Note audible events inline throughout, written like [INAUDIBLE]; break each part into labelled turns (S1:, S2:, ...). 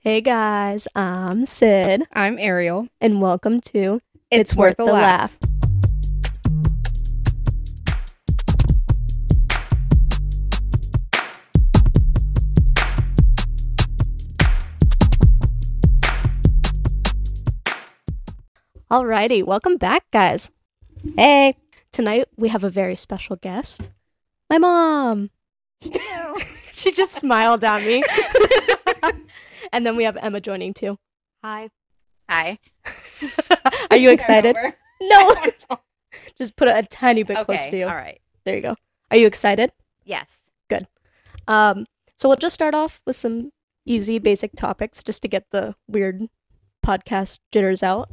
S1: Hey guys, I'm Sid,
S2: I'm Ariel.
S1: and welcome to
S2: It's, worth, a laugh.
S1: Alrighty, welcome back, guys.
S2: Hey.
S1: Tonight we have a very special guest, my mom. she just smiled at me. [LAUGHS] and then we have Emma joining too.
S3: Hi. Hi.
S1: Are you
S3: [LAUGHS]
S1: excited? [LAUGHS]
S2: Over.
S1: No, just put it a tiny bit closer to
S3: Okay.
S1: you.
S3: All right.
S1: There you go. Are you excited?
S3: Yes.
S1: Um, so we'll just start off with some easy, basic topics just to get the weird podcast jitters out.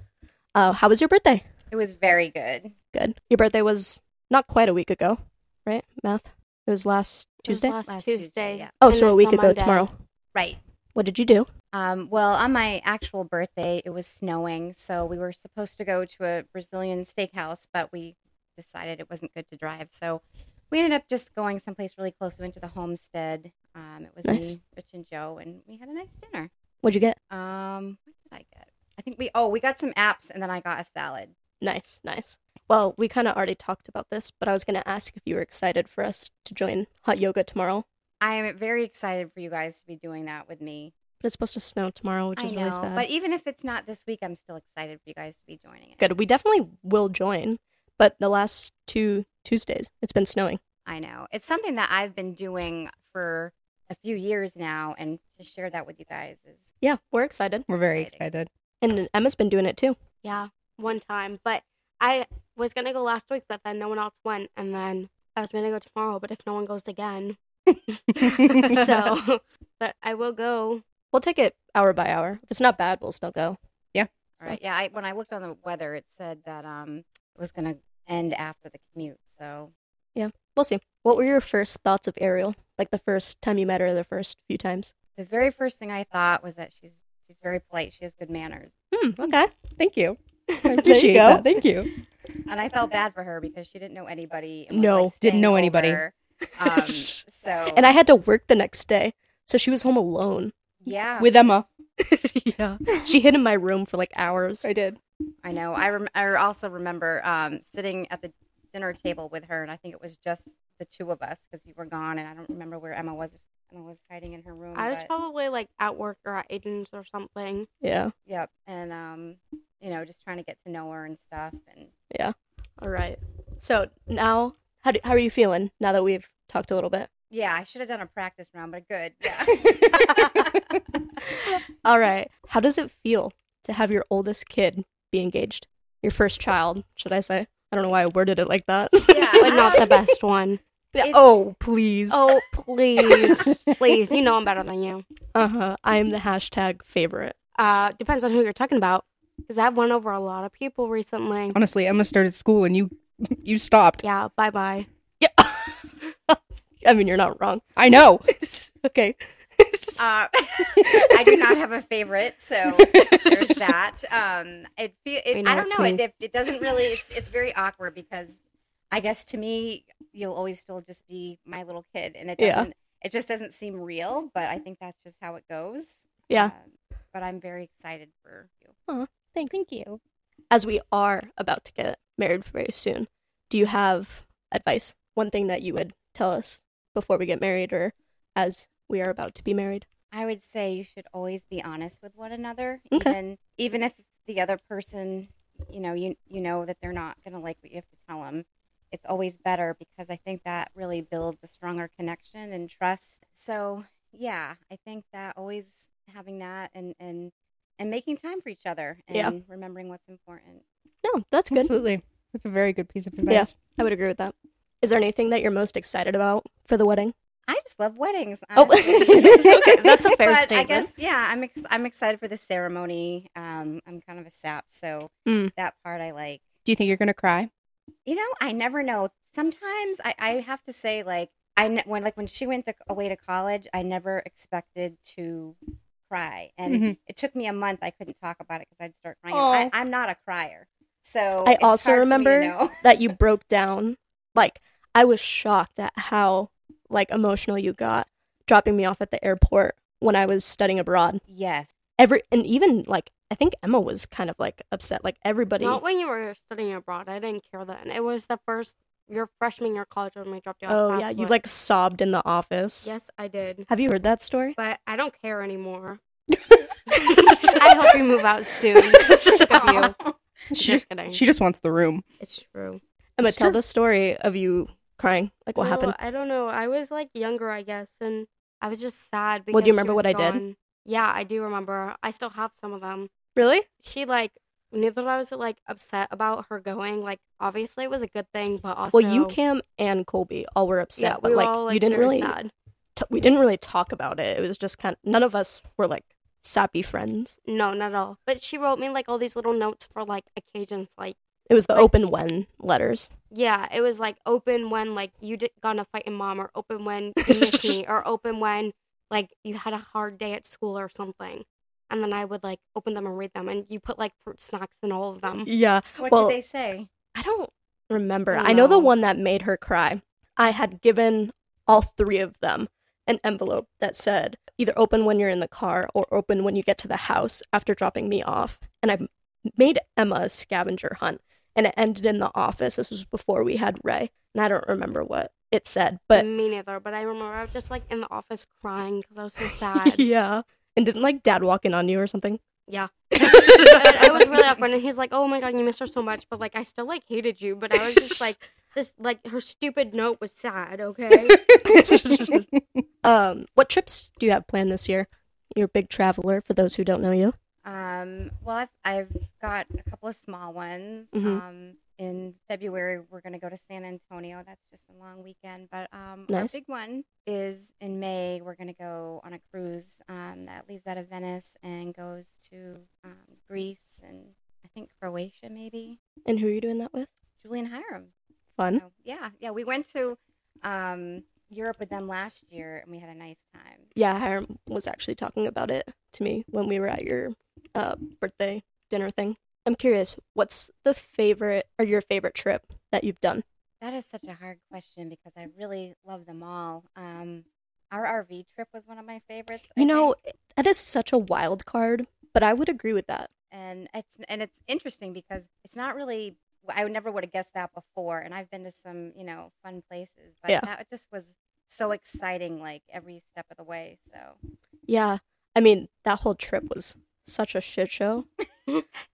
S1: Uh, how was your birthday?
S3: It was very good.
S1: Good. Your birthday was not quite a week ago, right? Math. It was last
S3: It was
S1: Tuesday.
S3: last
S4: Last
S3: Tuesday.
S4: Tuesday.
S3: yeah.
S1: oh,
S4: and
S1: so a
S4: it's
S1: week
S4: on
S1: ago
S4: Monday.
S1: tomorrow.
S3: Right.
S1: What did you do?
S3: Um, well, on my actual birthday, it was snowing, so we were supposed to go to a Brazilian steakhouse, but we decided it wasn't good to drive, so we ended up just going someplace really close. We went to the homestead. Um, it was
S1: Nice.
S3: me, Rich, and Joe, and we had a nice dinner.
S1: What'd you get?
S3: Um, what did I get? I think we oh we got some apps, and then I got a salad.
S1: Nice, nice. Well, we kind of already talked about this, but I was going to ask if you were excited for us to join hot yoga tomorrow.
S3: I am very excited for you guys to be doing that with me.
S1: But it's supposed to snow tomorrow, which
S3: I
S1: is
S3: know,
S1: really sad.
S3: but even if it's not this week, I'm still excited for you guys to be joining it.
S1: Good. We definitely will join, but the last two Tuesdays, it's been snowing.
S3: I know. It's something that I've been doing for a few years now, and to share that with you guys
S1: [LAUGHS]
S3: is
S1: Yeah, we're excited.
S2: We're very
S3: Exciting.
S2: excited.
S1: And Emma's been doing it too.
S4: Yeah, one time. But I was gonna go last week, but then no one else went, and then I was gonna go tomorrow. But if no one
S1: [LAUGHS]
S4: goes again, so but I will go.
S1: We'll take it hour by hour. If it's not bad, we'll still go.
S3: all right. Yeah, I, when I looked on the weather, it said that um it was going to end after the commute. So
S1: We'll see. What were your first thoughts of Ariel? Like the first time you met her, the first few times?
S3: the very first thing I thought was that she's she's very polite. She has good manners,
S1: Hmm, okay.
S2: Thank
S1: [LAUGHS]
S2: you. I
S1: There you
S2: appreciate
S1: go.
S2: that. Thank you.
S3: and I felt bad for her because she didn't know anybody. and was,
S1: No,
S3: like,
S2: didn't
S3: staying
S2: know anybody.
S3: over.
S1: [LAUGHS]
S3: Um, so
S1: And I had to work the next day, so she was home alone.
S3: yeah,
S2: With Emma.
S1: yeah. She hid in my room for like hours.
S2: I did.
S3: I know. I rem- I also remember um, sitting at the dinner table with her, and I think it was just the two of us because you were gone, and I don't remember where Emma was. if Emma was hiding in her room.
S1: Oh
S4: I was
S3: but-
S4: probably like at work or at Aiden's or
S1: [LAUGHS]
S4: something.
S1: Yeah.
S3: yep, and um, you know, just trying to get to know her and stuff. And
S1: All right. So now, how, do, how are you feeling now that we've talked a little bit?
S3: yeah, I should have done a practice round, but good. Yeah. [LAUGHS]
S1: All right. How does it feel to have your oldest kid be engaged? Your first child, should I say? I don't know why I worded it like that.
S3: Yeah.
S4: But not [LAUGHS] the best one.
S1: [LAUGHS] Yeah,
S3: It's-
S1: oh, please.
S4: Oh please, please. You know I'm better than you.
S1: Uh huh. I am the hashtag favorite.
S4: Uh, depends on who you're talking about, because that went over a lot of people recently.
S2: Honestly, Emma started school and you you stopped.
S4: Yeah. Bye bye.
S1: Yeah. I mean, you're not wrong. [LAUGHS]
S3: [LAUGHS]
S2: I know.
S1: Okay.
S4: [LAUGHS]
S3: Uh, [LAUGHS] I do not have a favorite, so
S4: [LAUGHS]
S3: there's that. Um, it, fe-
S4: We
S3: it
S4: know
S3: I don't
S4: it's
S3: know.
S4: me.
S3: It, it, it doesn't really. It's, it's very awkward because I guess to me, you'll always still just be my little kid, and it
S1: Yeah.
S3: doesn't. It just doesn't seem real, but I think that's just how it goes.
S1: Yeah.
S3: Um, but I'm very excited for you.
S1: Thanks. Thank you. As we are about to get married very soon, do you have advice? One thing that you would tell us before we get married or as we are about to be married?
S3: I would say you should always be honest with one another,
S1: Okay.
S3: even even if the other person, you know, you you know that they're not going to like what you have to tell them. It's always better because I think that really builds a stronger connection and trust. So, yeah, I think that always having that and and and making time for each other and
S1: Yeah.
S3: remembering what's important.
S1: No, that's good.
S2: Absolutely. That's a very good piece of advice.
S1: I would agree with that. Is there anything that you're most excited about for the wedding?
S3: I just love weddings.
S1: Oh,
S3: honestly.
S1: okay, [LAUGHS] that's
S3: [LAUGHS]
S1: a fair
S3: But
S1: statement.
S3: I guess yeah, I'm ex- I'm excited for the ceremony. Um, I'm kind of a sap, so
S1: Mm.
S3: that part I like.
S2: Do you think you're gonna cry?
S3: You know, I never know. Sometimes I, I have to say, like, I ne- when like when she went to, away to college, I never expected to cry, and
S1: Mm-hmm.
S2: Mhm.
S3: it took me a month. I couldn't talk about it because I'd start crying.
S2: Aw.
S3: I, I'm not a crier, so
S1: Oh. I
S3: it's
S1: also
S3: hard for me to
S1: remember
S3: know. [LAUGHS]
S1: that you broke down. Like I was shocked at how like emotional you got dropping me off at the airport when I was studying abroad.
S3: yes,
S1: every and even like I think Emma was kind of like upset. Like everybody,
S4: Not when you were studying abroad. I didn't care then. It was the first your freshman year of college when we dropped you out.
S1: oh yeah,
S4: That's
S1: you
S4: what-
S1: like sobbed in the office.
S4: Yes, I did.
S1: Have you heard that story?
S4: But I don't care
S1: [LAUGHS]
S4: anymore. [LAUGHS] I hope you move out [LAUGHS] soon. Just with you.
S2: She
S4: Just
S2: just,
S4: kidding.
S2: she just wants the room.
S3: [LAUGHS]
S2: [LAUGHS]
S4: It's true.
S1: Emma,
S2: It's
S1: tell
S2: true.
S1: the story of you crying. Like what
S4: No,
S1: happened?
S4: I don't know. I was like younger, I guess, and I was just sad. Because
S1: Well, do you
S4: she
S1: remember
S4: was
S1: what I did?
S4: gone. Yeah, I do remember. I still have some of them.
S1: Really?
S4: She like knew that I was like upset about her going. Like obviously, it was a good thing, but also
S1: Well, you, Cam, and Colby all were upset,
S4: Yeah,
S1: but
S4: we were
S1: like
S4: all,
S1: you didn't
S4: very
S1: really,
S4: sad.
S1: t- we didn't really talk about it. It was just kind. Of, none of us were like sappy friends.
S4: No, not at all. But she wrote me like all these little notes for like occasions, like
S1: It was the
S4: Like-
S1: open when letters.
S4: yeah, it was like open when like you did, got in a fight in mom, or open
S1: [LAUGHS]
S4: when you missed me, or open when like you had a hard day at school or something. And then I would like open them and read them, and you put like fruit snacks in all of them.
S1: Yeah,
S3: What
S1: Well-
S3: did they say?
S1: I don't remember.
S4: I
S1: I know the
S4: know.
S1: one that made her cry. I had given all three of them an envelope that said either open when you're in the car or open when you get to the house after dropping me off. And I made Emma a scavenger hunt and it ended in the office. This was before we had Ray. And I don't remember what it said,
S4: [LAUGHS]
S1: but
S4: me neither. But I remember I was just like in the office crying because I was so sad.
S1: [LAUGHS] yeah. And didn't like dad walk in on you or something? [LAUGHS]
S4: Yeah. But I was really upfront, and he's like, "Oh my god, you missed her so much," but like I still like hated you. But I was
S1: [LAUGHS]
S4: just like, this like her stupid note was sad. Okay.
S1: um, what trips do you have planned this year? You're a big traveler for those who don't know you.
S3: Um, well, I've, I've got a couple of small ones.
S1: Mhm.
S3: Um, in February, we're going to go to San Antonio. That's just a long weekend. But um,
S1: Nice.
S3: our big one is in May. We're going to go on a cruise um, that leaves out of Venice and goes to um, Greece and I think Croatia, maybe.
S1: And who are you doing that with?
S3: Julian Hiram.
S1: Fun.
S3: So, yeah, yeah. We went to um, Europe with them last year and we had a nice time.
S1: Yeah, Hiram was actually talking about it to me when we were at your uh, birthday dinner thing. I'm curious, what's the favorite or your favorite trip that you've done?
S3: That is such a hard question because I really love them all. Um, our RV trip was one of my favorites. I
S1: You know,
S3: think,
S1: that is such a wild card, but I would agree with that.
S3: and it's and it's interesting because it's not really. I would never would have guessed that before, and I've been to some you know fun places, but
S1: Yeah.
S3: that just was so exciting, like every step of the way. So [LAUGHS]
S1: Yeah. I mean, that whole trip was such a shit [LAUGHS] show.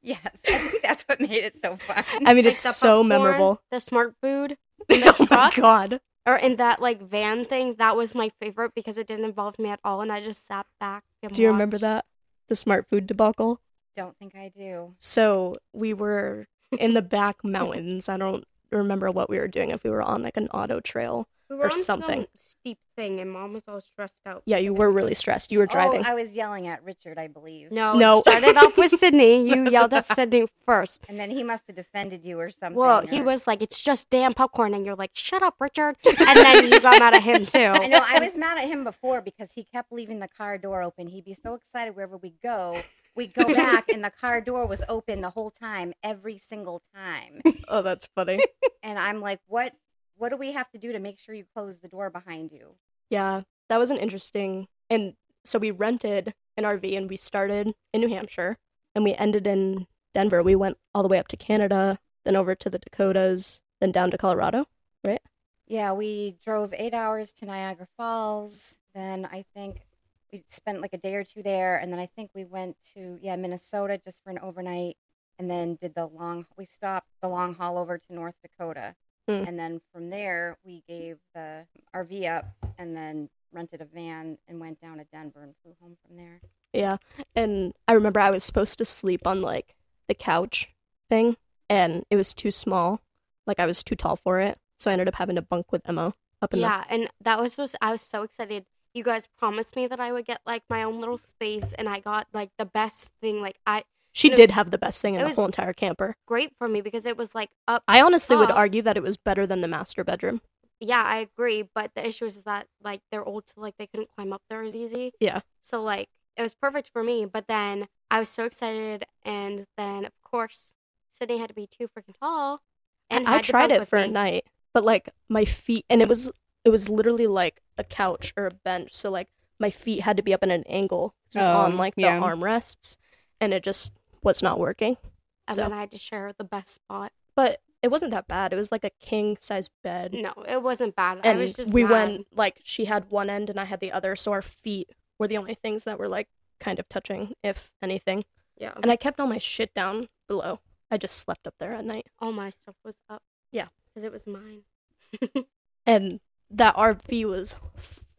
S3: yes, I think that's what made it so fun.
S1: [LAUGHS] I mean,
S4: Like,
S1: it's
S4: the
S1: so
S4: popcorn,
S1: memorable.
S4: The smart
S1: [LAUGHS]
S4: food the
S1: oh my
S4: truck?
S1: god.
S4: or in that like van thing that was my favorite because it didn't involve me at all, and I just sat back. And
S1: Do you remember
S4: watched.
S1: that? The smart food debacle?
S3: Don't think I do.
S1: So we were in the back [LAUGHS] mountains. I don't remember what we were doing, if we were on like an auto trail.
S4: We
S1: or
S4: were on some
S1: something.
S4: steep thing, and mom was all stressed out.
S1: Yeah, you
S4: because it
S1: were
S4: was,
S1: really
S4: like-
S1: stressed. You were driving.
S3: Oh, I was yelling at Richard, I believe.
S4: No,
S1: No.
S4: no. It started off with
S1: [LAUGHS]
S4: Sydney. You yelled at Sydney first.
S3: And then he must have defended you or something.
S4: Well, he
S3: or-
S4: was like, "It's just damn popcorn," and you're like, "Shut up, Richard!" And then you got mad at [LAUGHS] him
S3: I
S4: too.
S3: know I was mad at him before because he kept leaving the car door open. He'd be so excited wherever we go. We go back and the car door was open the whole time, every single time.
S1: Oh, that's funny.
S3: And I'm like, what what do we have to do to make sure you close the door behind you?
S1: [LAUGHS] yeah, that was an interesting. And so we rented an RV and we started in New Hampshire and we ended in Denver. We went all the way up to Canada, then over to the Dakotas, then down to Colorado.
S3: Yeah, we drove eight hours to Niagara Falls. Then I think we spent like a day or two there, and then I think we went to yeah Minnesota just for an overnight, and then did the long. We stopped the long haul over to North Dakota,
S1: Mm.
S3: and then from there we gave the RV up, and then rented a van and went down to Denver and flew home from there.
S1: Yeah. And I remember I was supposed to sleep on like the couch thing and it was too small. Like I was too tall for it. So I ended up having to bunk with Emma up in the
S4: Yeah, and that was supposed. I was so excited. You guys promised me that I would get like my own little space, and I got like the best thing. Like I
S1: She
S4: It
S1: did
S4: was-
S1: have the best thing in
S4: it
S1: the
S4: was-
S1: whole entire camper.
S4: great for me because it was like up.
S1: I honestly would
S4: Top.
S1: argue that it was better than the master bedroom.
S4: Yeah, I agree, but the issue is that like they're old, so like they couldn't climb up there as easy.
S1: Yeah.
S4: So like it was perfect for me, but then I was so excited, and then of course Sydney had to be too freaking tall. And
S1: I
S4: had to
S1: tried
S4: bunk
S1: it
S4: with
S1: for a
S4: me.
S1: night, but like my feet and it was it was literally like a couch or a bench. So like my feet had to be up at an angle. 'cause It was
S2: Oh,
S1: on like the
S2: yeah.
S1: armrests, and it just was not working.
S4: And
S1: So-
S4: then I had to share the best spot.
S1: But it wasn't that bad. It was like a king size bed,
S3: Mm,
S4: No, it wasn't bad.
S1: and
S4: I was just
S1: we
S4: mad.
S1: went like she had one end and I had the other, so our feet were the only things that were like kind of touching, if anything.
S4: Yeah.
S1: And I kept all my shit down below. I just slept up there at night.
S4: all my stuff was up.
S1: Yeah.
S4: Because it was mine.
S1: and that RV was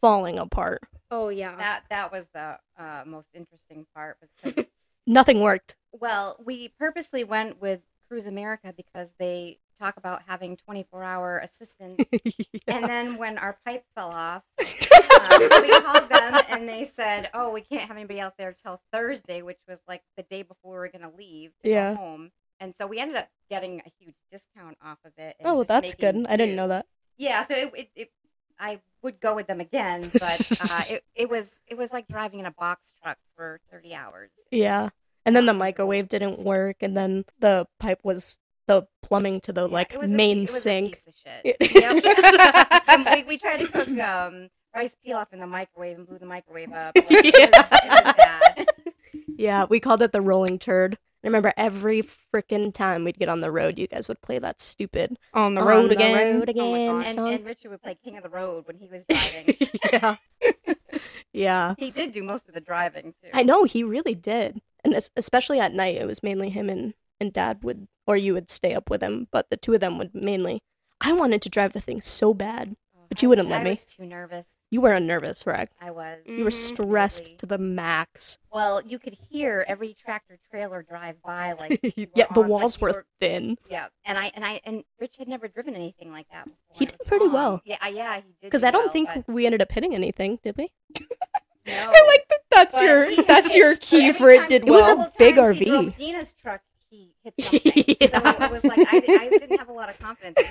S1: falling apart.
S4: Oh yeah.
S3: That that was the uh, most interesting part was 'cause-
S1: Nothing worked. [LAUGHS]
S3: well, we purposely went with Cruise America because they talk about having 24-hour
S1: [LAUGHS]
S3: assistance. And then when our pipe fell off, um, we called them and they said, "Oh, we can't have anybody out there till Thursday," which was like the day before we were going to leave to go
S1: Yeah.
S3: home. And so we ended up getting a huge discount off of it. and
S1: oh, well,
S3: just
S1: that's good.
S3: making
S1: I didn't
S3: two.
S1: know that.
S3: Yeah, so it, it, it I would go with them again, but
S1: [LAUGHS]
S3: uh, it, it was it was like driving in a box truck for thirty hours.
S1: Yeah. And then the microwave didn't work, and then the pipe was the plumbing to the
S3: Yeah,
S1: like
S3: it was a-
S1: main
S3: it was a
S1: sink.
S3: piece of shit. Yep. [LAUGHS] Um, we, we tried
S1: [LAUGHS]
S3: to cook um, rice pilaf in the microwave and blew the
S1: [LAUGHS]
S3: microwave up. Like, it, was, it was bad.
S1: yeah, we called it the rolling turd. I remember every freaking time we'd get on the road, you guys would play that stupid
S2: On the
S1: "On
S2: road again.
S1: road
S4: Oh my
S1: again"
S4: God.
S3: And,
S1: song.
S3: and Richard would play King of the Road when he was
S1: [LAUGHS]
S3: driving.
S1: yeah, yeah.
S3: he did do most of the driving too.
S1: I know he really did, and es- especially at night, it was mainly him and and Dad would, or you would stay up with him, but the two of them would mainly. I wanted to drive the thing so bad.
S3: Oh,
S1: but
S3: I
S1: you
S3: was-
S1: wouldn't let
S3: I
S1: me.
S3: was too nervous.
S1: You were a nervous wreck.
S3: I was.
S1: You were
S4: Mhm,
S1: stressed
S3: totally.
S1: to the max.
S3: Well, you could hear every tractor trailer drive by. Like
S1: [LAUGHS]
S3: you
S1: yeah, the
S3: on, like,
S1: walls
S3: you
S1: were, thin
S3: Yeah, and I and I and Rich had never driven anything like that. Before
S1: He
S3: and it
S1: did
S3: was
S1: pretty
S3: long.
S1: well.
S3: Yeah, I- yeah, he did.
S1: because
S3: do
S1: I don't
S3: well,
S1: think [LAUGHS]
S3: but
S1: we ended up hitting anything, did we?
S3: no.
S2: I like that. That's
S3: But he
S2: your
S3: hit-
S2: [LAUGHS] that's
S3: [LAUGHS]
S2: your
S3: but
S2: key
S3: every
S2: for it.
S3: time-
S2: Did
S1: It was a
S2: well.
S3: multiple
S1: big
S3: times he
S1: RV.
S3: drove Dina's truck. He hit
S2: [LAUGHS]
S3: something. So
S1: Yeah.
S3: it was like I, I didn't have a lot of confidence. in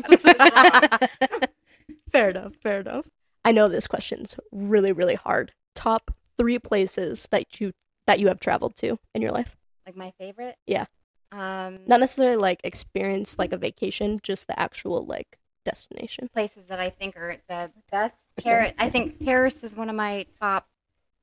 S3: myself. I was wrong.
S1: [LAUGHS]
S3: [LAUGHS]
S1: fair enough. Fair enough. I know this question's really, really hard. Top three places that you that you have traveled to in your life.
S3: like my favorite.
S1: Yeah.
S3: Um,
S1: Not necessarily like experience like a vacation, just the actual like destination.
S3: places that I think are the best. Paris. I think Paris is one of my top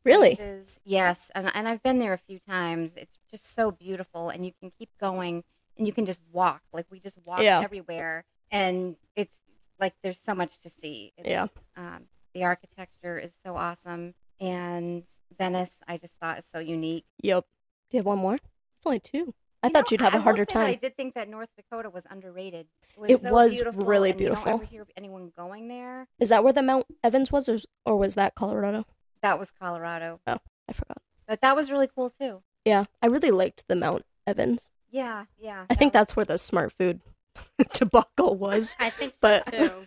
S1: Really?
S3: places. Yes, and and I've been there a few times. It's just so beautiful, and you can keep going, and you can just walk. Like we just walk
S1: Yeah.
S3: everywhere, and it's like there's so much to see. It's,
S1: Yeah.
S3: um, the architecture is so awesome, and Venice, I just thought is so unique.
S1: Yep. Do you have one more? It's only two. I thought
S3: You know,
S1: you'd have
S3: I
S1: a
S3: will
S1: harder
S3: say that I
S1: time.
S3: did think that North Dakota was underrated.
S1: It
S3: so
S1: was really
S3: and you don't
S1: beautiful.
S3: ever hear anyone going there.
S1: Is that where the Mount Evans was, or, or was that Colorado? Oh,
S3: That was Colorado,
S1: I forgot.
S3: but that was really cool too.
S1: Yeah, I really liked the Mount Evans.
S3: Yeah, yeah.
S1: I think
S3: that was-
S1: that's where the smart food [LAUGHS] debacle was.
S4: I think so
S1: But-
S4: too.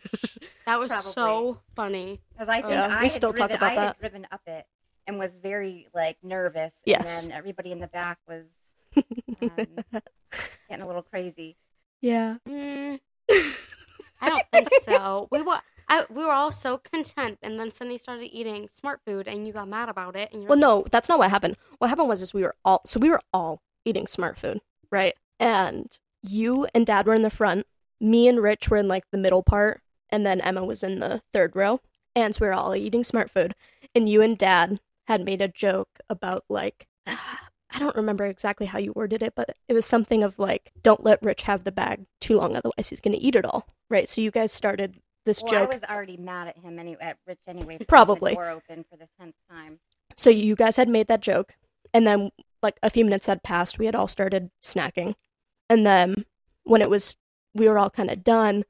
S4: That [LAUGHS] was
S3: Probably.
S4: so funny.
S3: Because I think
S1: Yeah,
S3: I
S1: we
S3: had
S1: still talk
S3: driven-
S1: about
S3: I
S1: that.
S3: had driven up it and was very like nervous.
S1: Yes.
S3: And then everybody in the back was um,
S1: [LAUGHS]
S3: getting a little crazy.
S1: yeah. [LAUGHS]
S4: Mm, I don't think so. We were I, we were all so content, and then Sunny started eating smart food, and you got mad about it. And you're
S1: Well, no, that's not what happened. What happened was is we were all so we were all eating smart food, right? And you and Dad were in the front. Me and Rich were in like the middle part, and then Emma was in the third row. And so we were all eating smart food. And you and Dad had made a joke about like [SIGHS] I don't remember exactly how you worded it, but it was something of like, "Don't let Rich have the bag too long, otherwise he's gonna eat it all." Right? So you guys started this
S3: Well, I
S1: joke.
S3: was already mad at him any at Rich anyway. for leaving
S1: Probably.
S3: The door open for the tenth time.
S1: So you guys had made that joke, and then like a few minutes had passed. We had all started snacking, and then when it was, we were all kind of done.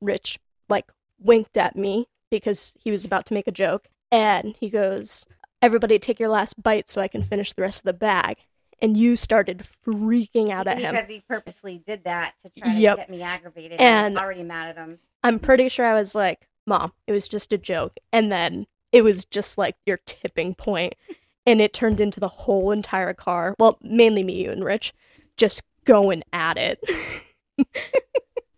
S1: Rich like winked at me because he was about to make a joke, and he goes, "Everybody, take your last bite so I can finish the rest of the bag." And you started freaking out at him.
S3: because he purposely did that to try to
S1: Yep.
S3: get me aggravated. I was
S1: And-
S3: already mad at him.
S1: I'm pretty sure I was like, Mom, it was just a joke. And then it was just like your tipping point, And it turned into the whole entire car. Well, mainly me, you, and Rich, just going at [LAUGHS] it.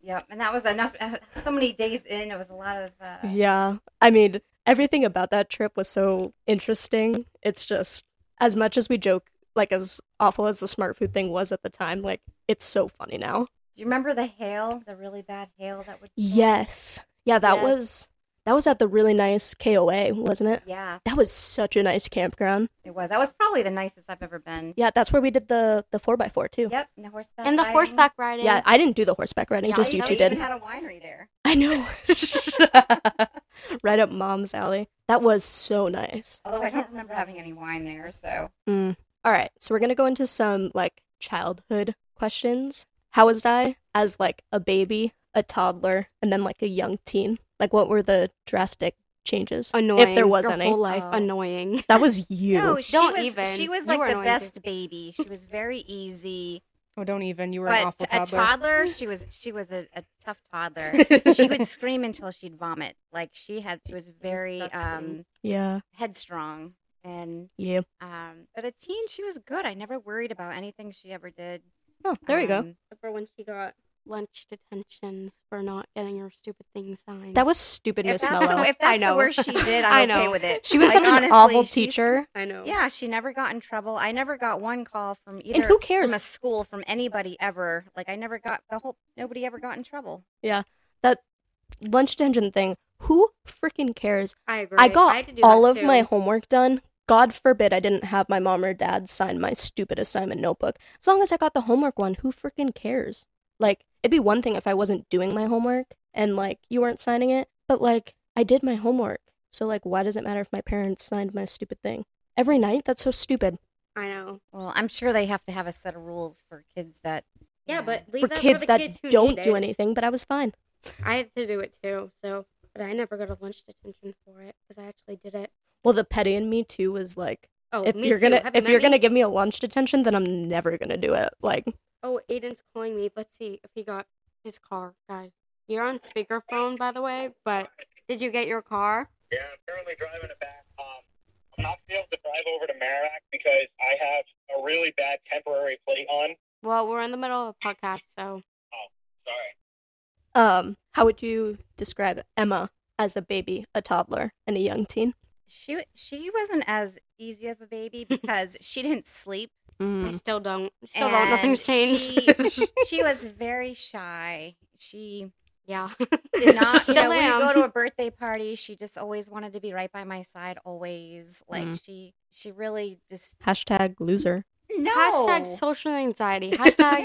S3: Yep. And that was enough. uh, So many days in, it was a lot of. Uh,
S1: yeah. I mean, everything about that trip was so interesting. It's just, as much as we joke, like, as awful as the smart food thing was at the time, like, it's so funny now.
S3: Do you remember the hail? The really bad hail that would.
S1: Yes. Yeah, that
S4: Yes.
S1: was That was at the really nice KOA, wasn't it?
S3: Yeah,
S1: That was such a nice campground.
S3: it was. That was probably the nicest I've ever been.
S1: Yeah, that's where we did the the four x four too.
S3: Yep, and the horseback.
S4: and the
S3: riding.
S4: horseback riding.
S1: Yeah, I didn't do the horseback riding,
S4: Yeah,
S1: just
S4: I
S1: you
S4: know
S1: two
S4: you
S3: They
S1: did.
S3: even had a winery there.
S1: [LAUGHS] I know. [LAUGHS] right up mom's alley. That was so nice.
S3: Although I don't remember having any wine there, so
S1: Mm. All right, so we're gonna go into some like childhood questions. How was I as like a baby, a toddler, and then like a young teen? Like, what were the drastic changes,
S4: annoying.
S1: if there was
S4: Your
S1: any?
S4: Whole life
S3: Oh.
S1: [LAUGHS]
S4: annoying.
S1: That was you.
S3: no, she
S4: Don't
S3: was,
S4: even.
S3: She was
S4: You
S3: like
S4: were
S3: the
S4: annoying,
S3: best
S4: too.
S3: baby. She was very
S1: [LAUGHS]
S3: easy,
S2: Oh, don't even. You were an
S3: but a
S2: awful toddler.
S3: toddler, she was she was a, a tough
S1: [LAUGHS]
S3: toddler. she
S2: [LAUGHS]
S3: would scream until she'd vomit. Like she had, she was very um,
S4: Disgusting.
S1: yeah,
S3: headstrong, and
S1: yeah.
S3: um, but a teen, she was good. I never worried about anything she ever did.
S1: Oh, there you go.
S3: Um,
S4: Remember when she got lunch detentions for not getting her stupid thing signed?
S1: That was stupid,
S3: If
S1: Miss
S3: that's, the,
S1: Mello.
S3: if that's
S4: I
S3: the
S4: know.
S3: worst
S1: [LAUGHS]
S3: she did,
S4: I
S3: I'm okay
S4: know.
S3: with it.
S1: She was
S3: [LAUGHS] Like,
S1: such an
S3: honestly,
S1: awful
S3: she's-
S1: teacher.
S4: I know.
S3: Yeah, she never got in trouble. I never got one call from either
S1: And who cares?
S3: from a school from anybody ever. Like I never got the whole nobody ever got in trouble.
S1: Lunch detention thing. Who freaking cares?
S4: I agree.
S1: I got
S4: had to do
S1: all
S4: that
S1: of
S4: too.
S1: my homework done. God forbid I didn't have my mom or dad sign my stupid assignment notebook. As long as I got the homework one, who freaking cares? Like, it'd be one thing if I wasn't doing my homework and, like, you weren't signing it, but, like, I did my homework. So, like, why does it matter if my parents signed my stupid thing? Every night? That's so stupid.
S4: I know.
S3: Well, I'm sure they have to have a set of rules for kids that you
S4: Yeah,
S3: know.
S4: but leave
S1: for
S4: that
S1: kids
S4: for the
S1: that
S4: kids who
S1: don't
S4: need
S1: do
S4: it.
S1: anything, but I was fine.
S4: I had to do it too. So, but I never got a lunch detention for it because I actually did it.
S1: Well, the petty in me, too, was like,
S4: Oh,
S1: if
S4: me
S1: you're
S4: too.
S1: gonna
S4: Have you
S1: if
S4: met
S1: you're
S4: me?
S1: gonna give me a lunch detention, then I'm never gonna do it. Like,
S4: Oh, Aiden's calling me. Let's see if he got his car, guys. You're on speakerphone, by the way. But did you get your car?
S5: Yeah, I'm currently driving it back. Um, I'm not gonna be able to drive over to Merrimack because I have a really bad temporary plate on.
S4: Well, we're in the middle of a podcast, so
S5: Sorry.
S1: Um, how would you describe Emma as a baby, a toddler, and a young teen?
S3: she she wasn't as easy of a [LAUGHS] baby because she didn't sleep.
S4: I still don't. Still don't.
S3: Hmm. and
S4: Nothing's changed.
S3: [LAUGHS] She, she was very shy. She
S4: [LAUGHS] yeah.
S3: [LAUGHS] did not you
S4: Still
S3: know, when
S4: am.
S3: you go to a [LAUGHS] birthday party, she just always wanted to be right by my side always. Like
S1: Mm.
S3: she she really just
S1: Hashtag loser.
S3: no.
S4: Hashtag social anxiety. Hashtag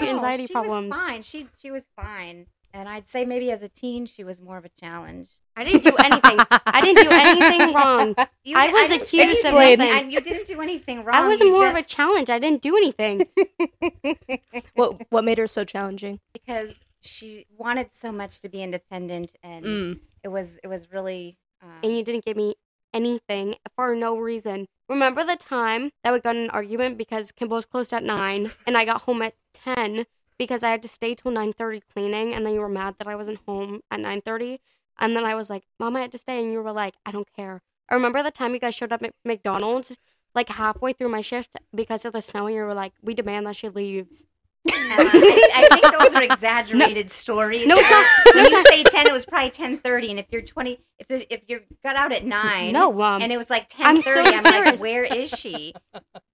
S3: [LAUGHS] No,
S4: anxiety
S3: she
S4: problems.
S3: Was fine. She she was fine, and I'd say maybe as a teen she was more of a challenge.
S4: I didn't do anything. I didn't do
S3: [LAUGHS]
S4: [LAUGHS] anything wrong.
S3: You,
S4: I was
S3: didn't say
S4: accused
S1: of
S3: anything,
S1: nothing.
S3: and you didn't do anything wrong.
S4: I was
S3: you
S4: more of a
S3: just-
S4: challenge. I didn't do anything.
S1: What what made her so challenging?
S3: because she wanted so much to be independent, and it was it was really. Um,
S4: Mm. and you didn't give me anything for no reason. Remember the time that we got in an argument because Kimball's closed at nine and I got home at ten because I had to stay till nine thirty cleaning, and then you were mad that I wasn't home at nine thirty, and then I was like, "Mom, I had to stay," and you were like, "I don't care." I remember the time you guys showed up at McDonald's like halfway through my shift because of the snow, and you were like, "We demand that she leaves."
S3: and [LAUGHS] I, I think those are exaggerated stories.
S4: No, it's not-
S3: When
S4: no, it's
S3: you
S4: not-
S3: say ten, it was probably ten thirty, and if you're twenty, if the, if you got out at nine,
S4: No, Mom.
S3: and it was like ten
S4: Um, I'm so
S3: thirty. I'm, like,
S4: serious.
S3: where is she?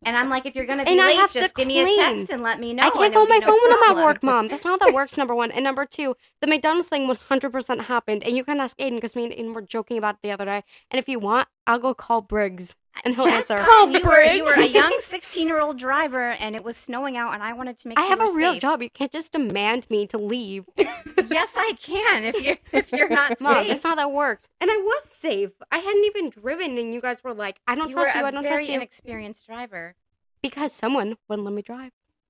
S3: And I'm like, if you're gonna be
S4: And I
S3: late,
S4: have to
S3: just give me a
S4: clean.
S3: text and let me know.
S4: I
S3: and
S4: can't
S3: there'll
S4: go on
S3: be
S4: my
S3: no
S4: phone when I'm at
S3: problem.
S4: work, mom. That's not how that works, number one. And number two, the McDonald's thing 100% happened. And you can ask Aiden because me and Aiden were joking about it the other day. And if you want, I'll go call Briggs and he'll
S3: That's
S4: answer.
S3: called you were, you were a
S4: Briggs.
S3: young 16 year old driver and it was snowing out and I wanted to make
S4: I
S3: sure
S4: have
S3: you
S4: a
S3: were
S4: real
S3: safe.
S4: job. You can't just demand me to leave.
S3: Yes, I can if
S4: [LAUGHS]
S3: you're, if you're not
S4: Mom,
S3: safe.
S4: that's not how that works. And I was safe. I hadn't even driven, and you guys were like, I don't
S3: you
S4: trust
S3: were
S4: you.
S3: a
S4: I don't
S3: very
S4: trust you.
S3: inexperienced driver.
S4: because someone wouldn't let me drive. [LAUGHS]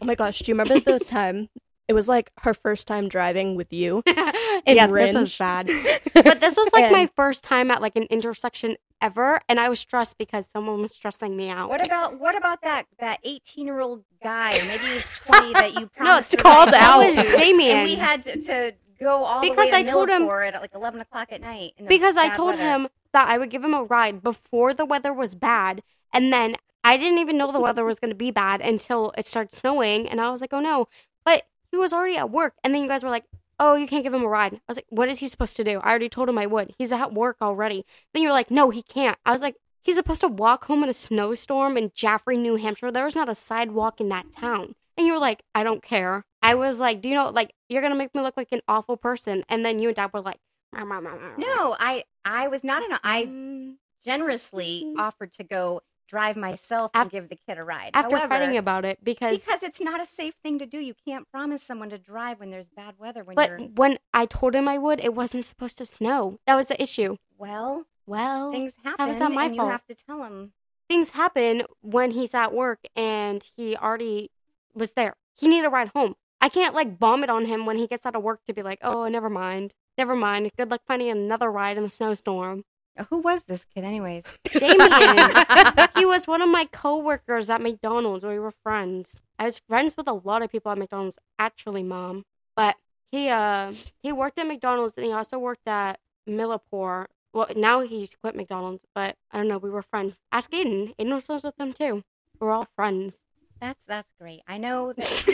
S1: Oh my gosh, do you remember the time? It was like her first time driving with you.
S4: yeah, this was
S1: Ringe.
S4: bad. But this was like
S1: And-
S4: my first time at like an intersection ever, and I was stressed because someone was stressing me out.
S3: What about what about that that 18 year old guy? or Maybe he was 20 that you promised.
S4: [LAUGHS] No, [LAUGHS] it's
S3: her that
S1: called [LAUGHS]
S3: you
S1: out.
S3: would
S1: That was
S3: do,
S4: Damien.
S3: And we had to, to go all
S4: Because
S3: the way
S4: I
S3: to
S4: told him-
S3: Millport at like 11 o'clock at night. in the
S4: because I
S3: bad
S4: told
S3: weather.
S4: him that I would give him a ride before the weather was bad, and then I didn't even know the weather was going to be bad until it started snowing, and I was like, "Oh no!" But he was already at work, and then you guys were like, "Oh, you can't give him a ride." I was like, "What is he supposed to do?" I already told him I would. He's at work already. Then you were like, "No, he can't." I was like, "He's supposed to walk home in a snowstorm in Jaffrey, New Hampshire. There was not a sidewalk in that town." And you were like, "I don't care." I was like, "Do you know? Like, you're gonna make me look like an awful person." And then you and Dad were like
S3: No, I I was not in a, I
S4: Mm,
S3: generously
S4: Mhm.
S3: offered to go drive myself and
S4: Af-
S3: give the kid a ride.
S4: after
S3: However,
S4: fighting about it because,
S3: because it's not a safe thing to do. You can't promise someone to drive when there's bad weather when
S4: but
S3: you're
S4: when I told him I would, it wasn't supposed to snow. That was the issue.
S3: well,
S4: Well,
S3: things happen
S4: how is that my
S3: and
S4: fault?
S3: you have to tell them.
S4: things happen when he's at work and he already was there. He needed a ride home. I can't like bomb it on him when he gets out of work to be like, oh, never mind. Never mind. Good luck finding another ride in the snowstorm.
S3: Who was this kid anyways?
S4: Damien, he was one of my coworkers at McDonald's. We were friends. I was friends with a lot of people at McDonald's, actually, mom. But he uh he worked at McDonald's and he also worked at Millipore. Well, now he's quit McDonald's, but I don't know. We were friends. Ask Aiden. Aiden was friends with them too. We're all friends.
S3: That's that's great. I know
S4: [LAUGHS]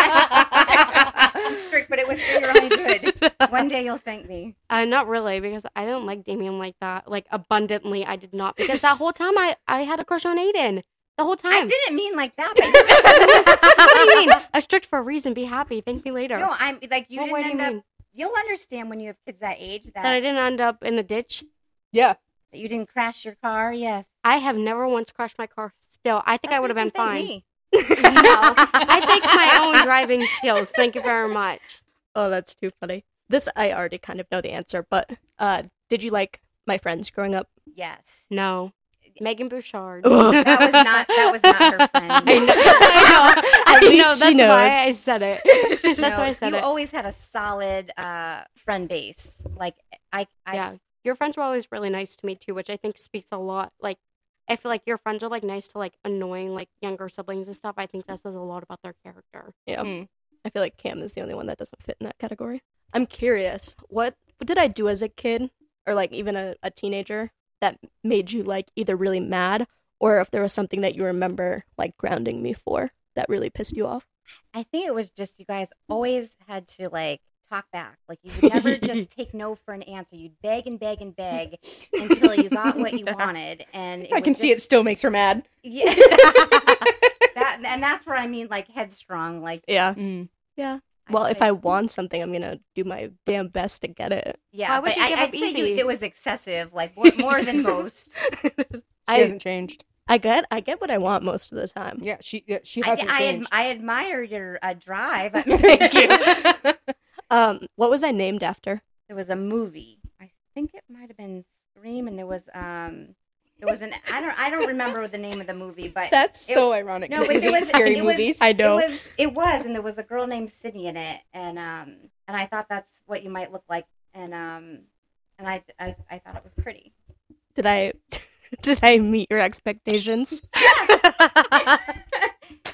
S3: that I'm strict, but it was for your own good.
S4: [LAUGHS]
S3: One day you'll thank me.
S4: Uh, not really, because I didn't like Damien like that. Like abundantly, I did not. Because that whole time, I I had a crush on Aiden. The whole time.
S3: I didn't mean like that.
S4: [LAUGHS]
S3: But
S4: what do you mean? A strict for a reason. Be happy. Thank me later.
S3: No, I'm like you [LAUGHS]
S4: What way do
S3: didn't
S4: you
S3: end up.
S4: mean?
S3: You'll understand when you have kids that age that,
S4: That I didn't end up in a ditch.
S2: Yeah.
S3: that you didn't crash your car. Yes,
S4: I have never once crashed my car. Still, I think I
S3: That's
S4: would have
S3: why
S4: been
S3: you thank me.
S4: fine. No, [LAUGHS] I
S3: [LAUGHS]
S4: think my own driving skills. Thank you very much.
S1: Oh, that's too funny. This I already kind of know the answer, but uh, did you like my friends growing
S4: [LAUGHS]
S1: up?
S3: Yes,
S4: No, Megan Bouchard.
S1: Ugh.
S3: That was not- that was not her friend.
S4: [LAUGHS] I
S3: [LAUGHS]
S4: know. I know.
S1: [LAUGHS] At least
S4: I know.
S1: she
S4: That's why
S1: knows.
S4: I said it. That's
S3: No,
S4: why I said
S3: you
S4: it.
S3: always had a solid uh, friend base. Like I, I
S4: yeah, your friends were always really nice to me too, which I think speaks a lot. Like, I feel like your friends are like nice to like annoying like younger siblings and stuff. I think that says a lot about their character.
S1: Yeah.
S2: Hmm.
S1: I feel like Cam is the only one that doesn't fit in that category. I'm curious, what what did I do as a kid or like even a, a teenager that made you like either really mad or if there was something that you remember like grounding me for that really pissed you off?
S3: I think it was just you guys
S4: Mm.
S3: always had to like talk back. Like you would never
S4: [LAUGHS]
S3: just take no for an answer. You'd beg and beg and beg until you got what
S4: [LAUGHS]
S2: [LAUGHS]
S3: you wanted. And
S2: I
S3: would
S2: can see it
S3: just-
S2: still makes her mad.
S3: Yeah. that and that's where I mean like headstrong. Like
S1: Yeah.
S2: Mm.
S1: Well,
S3: I'd
S1: if
S3: say-
S1: I want something, I'm going to do my damn best to get it.
S3: yeah,
S4: Why would
S3: but
S4: you
S3: I,
S4: give
S3: I'd
S4: up
S3: say you,
S4: easy?
S3: it was excessive. Like more, more
S4: [LAUGHS]
S3: than most.
S2: She
S1: I
S2: hasn't changed.
S1: I get I get what I want most of the time.
S2: Yeah, she yeah, she
S3: I,
S2: hasn't
S3: I, ad-
S2: changed.
S3: I admire your uh,
S2: [LAUGHS]
S3: drive.
S2: Thank you.
S1: Um what was I named after?
S3: [LAUGHS] there was a movie. I think it might have been Scream, and there was um, there was an I don't I don't remember the name of the movie, but
S2: That's
S3: It-
S2: so
S3: [LAUGHS]
S2: ironic.
S3: no,
S2: 'cause
S3: but
S2: you
S3: there
S2: hate
S3: was
S2: scary
S3: it was,
S2: movies.
S1: I know.
S3: It was, it was, and there was a girl named Sydney in it, and um, and I thought that's what you might look like, and um, and I I, I thought it was pretty.
S1: Did I [LAUGHS] did I meet your expectations?
S2: [LAUGHS]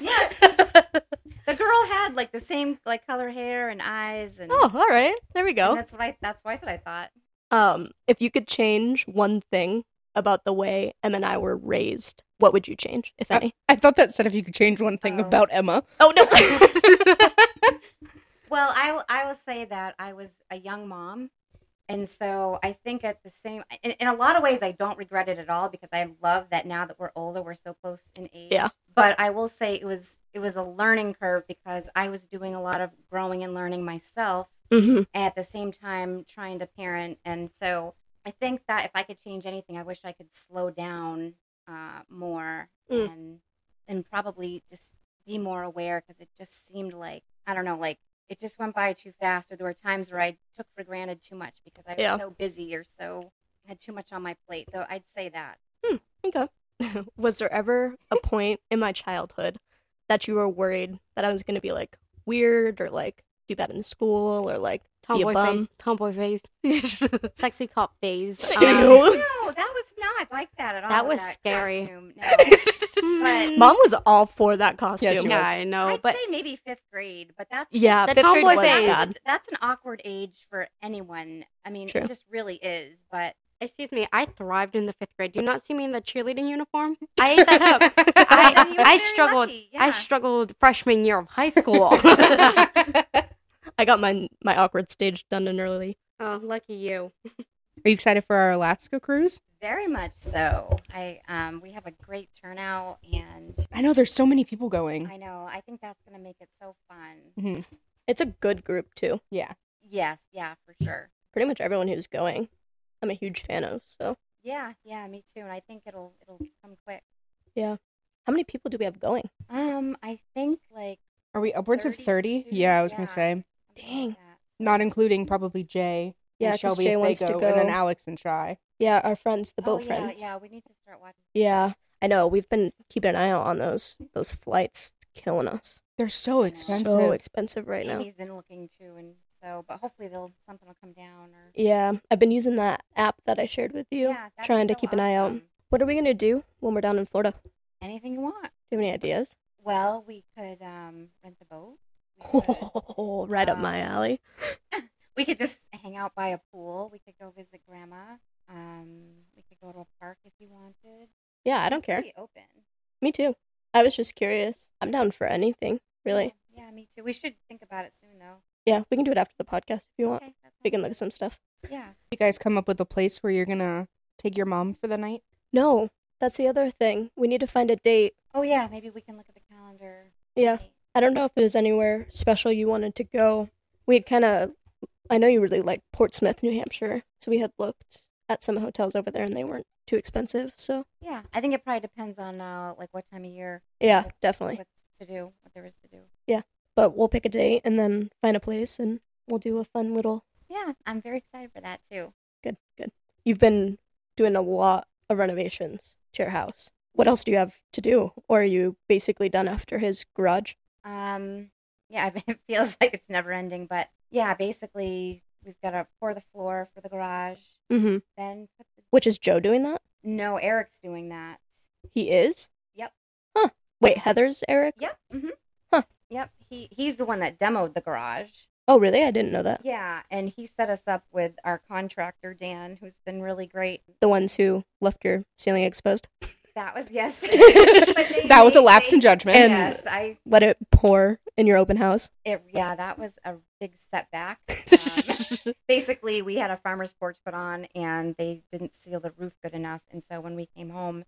S3: Yes, the girl had like the same like color hair and eyes, and,
S1: [LAUGHS] Oh, all right. There we
S3: and
S1: go.
S3: that's what I that's why I said I thought.
S1: Um, if you could change one thing about the way Em and I were raised, what would you change, if any?
S2: I thought that said if you could change one thing
S3: Oh.
S2: about Emma.
S1: Oh no.
S3: Well, I will- I will say that I was a young mom, and so I think at the same in, in a lot of ways I don't regret it at all because I love that now that we're older we're so close in age.
S1: Yeah.
S3: But I will say it was it was a learning curve because I was doing a lot of growing and learning myself
S1: hmm
S3: and at the same time trying to parent, and so I think that if I could change anything, I wish I could slow down uh, more
S4: Hmm.
S1: Mm.
S3: and and probably just be more aware because it just seemed like I don't know, like it just went by too fast, or there were times where I took for granted too much because I was
S1: Yeah.
S3: so busy or so had too much on my plate. So I'd say that
S1: Okay. [LAUGHS] was there ever a point in my childhood that you were worried that I was gonna be like weird or like do bad in school or like
S4: Tomboy
S1: bum.
S4: phase. Tomboy phase.
S1: [LAUGHS]
S4: Sexy cop phase.
S1: Ew.
S4: Um,
S3: no, that was not like that at all.
S4: That
S3: with
S4: was scary.
S3: costume,
S4: [LAUGHS]
S3: no.
S1: [LAUGHS]
S4: mm, [LAUGHS]
S1: Mom was all for that costume.
S2: she was.
S4: Yeah, I know,
S3: I'd
S4: but
S3: say maybe fifth grade, but that's
S1: Yeah,
S4: The
S1: fifth grade
S4: tomboy
S1: was
S4: phase.
S1: bad.
S3: that's an awkward age for anyone. I mean,
S1: True.
S3: it just really is. But
S4: excuse me, I thrived in the fifth grade. Do you not see me in the cheerleading uniform?
S1: [LAUGHS]
S4: I ate that up.
S2: [LAUGHS]
S3: I
S4: I,
S3: mean, you were very
S4: I struggled.
S3: lucky, [LAUGHS]
S4: I
S3: yeah.
S4: struggled freshman year of
S1: [LAUGHS]
S4: high school. [LAUGHS] Oh,
S1: I got my my awkward stage done in early.
S4: oh, lucky you.
S2: Are you excited for our Alaska cruise?
S3: very much so. I um, we have a great turnout, and
S2: I know there's so many people
S1: Mm.
S2: going.
S3: I know I think that's going to make it so fun.
S1: It's a good group too.
S2: Yeah.
S3: Yes, yeah, for sure.
S1: pretty much everyone who's going. I'm a huge fan of. So,
S3: Yeah, yeah, me too. And I think it'll it'll come quick.
S1: how many people do we have going?
S3: Um, I think like
S2: Are we upwards of 30?
S3: 32?
S2: Yeah, I was
S3: Yeah.
S2: going to say.
S3: something like
S1: Dang.
S3: that.
S2: Not including probably Jay
S1: Yeah,
S2: and
S1: 'cause
S2: Shelby
S1: Jay
S2: if they
S1: wants
S2: go,
S1: to
S2: and then
S1: go.
S2: Alex and Shy.
S1: Yeah, our friends, the boat
S3: oh,
S1: friends.
S3: Yeah, yeah, we need to start watching.
S1: Yeah, I know. We've been keeping an eye out on those those flights, It's killing us.
S2: They're so
S3: expensive.
S2: expensive.
S1: So expensive right now.
S3: Amy's been looking too, and so but hopefully they'll something will come down or
S1: Yeah, I've been using that app that I shared with you.
S3: yeah, that's
S1: trying to
S3: so
S1: keep an eye out.
S3: awesome.
S1: What are we gonna do when we're down in Florida? Do
S3: Anything you want.
S1: you have any ideas?
S2: [LAUGHS]
S3: Well, we could um rent the boat.
S1: [LAUGHS]
S3: We could,
S1: Oh, right up my
S3: Um,
S1: alley.
S3: we could just hang out by a pool. We could go visit grandma. Um, we could go to a park if you wanted.
S1: Yeah, I don't care.
S3: Pretty open.
S1: Me too. I was just curious. I'm down for anything, really.
S3: Yeah, yeah, me too. We should think about it soon though.
S1: Yeah, we can do it after the podcast if you want.
S3: Okay, that
S1: Oh, We can
S3: sounds
S1: look at some stuff.
S3: good. Yeah.
S2: you guys come up with a place where you're going to take your mom for the night?
S1: No, that's the other thing. We need to find a date.
S3: Oh yeah, maybe we can look at the calendar.
S1: Yeah.
S3: Right.
S1: I don't know if there's anywhere special you wanted to go. We had kind of, I know you really like Portsmouth, New Hampshire, so we had looked at some hotels over there and they weren't too expensive. So,
S3: Yeah, I think it probably depends on uh, like what time of year.
S1: yeah,
S3: what-
S1: definitely.
S3: What's to do? What there is to do.
S1: But we'll pick a date and then find a place and we'll do a fun little.
S3: Yeah, I'm very excited for that too.
S1: Good, good. You've been doing a lot of renovations to your house. What else do you have to do? Or are you basically done after his garage?
S3: Um, yeah, [LAUGHS] I mean, it feels like it's never ending, but yeah, basically we've got to pour the floor for the garage,
S1: Mm hmm.
S3: then put the.
S1: Which is Joe doing that?
S3: No, Eric's doing that.
S1: He is?
S3: Yep.
S1: Huh. Wait, Heather's Eric?
S3: Yep. hmm
S1: Huh.
S3: Yep. He he's the one that demoed the garage.
S1: Oh, really? I didn't know that.
S3: Yeah, and he set us up with our contractor Dan, who's been really great.
S1: The ones who left your ceiling exposed.
S3: that was
S2: [LAUGHS]
S3: yes. [LAUGHS] But they-
S2: that was a
S3: they-
S2: lapse in
S3: they-
S2: judgment.
S1: And-
S3: yes, I
S1: Let it pour in your open house.
S3: It, yeah, that was a big
S1: [LAUGHS]
S3: setback. Um, basically, we had a farmer's porch put on, and they didn't seal the roof good enough. And so when we came home,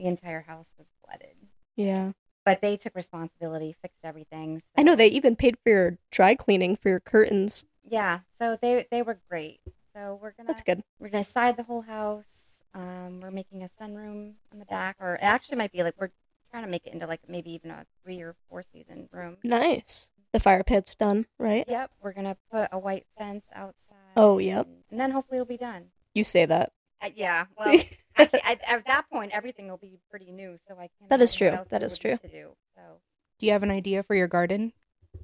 S3: the entire house was flooded.
S1: Yeah.
S3: But they took responsibility, fixed everything.
S1: I know
S3: so-
S1: they even paid for your dry cleaning for your curtains.
S3: Yeah, so they they were great. So we're gonna
S1: That's good.
S3: we're gonna side the whole house. Um, we're making a sunroom on the back, or it actually might be like we're trying to make it into like maybe even a three or four season room.
S1: Mm. Nice. The fire pit's done, right?
S3: Yep, we're gonna put a white fence outside.
S1: Oh, yep.
S3: and- and then hopefully it'll be done.
S1: You say that.
S3: Uh, yeah.
S1: [LAUGHS]
S3: Well, I, ca- at, at that point, everything will be pretty new, so I can.
S1: That is true. That is true.
S3: To do so.
S2: Do you have an idea for your garden?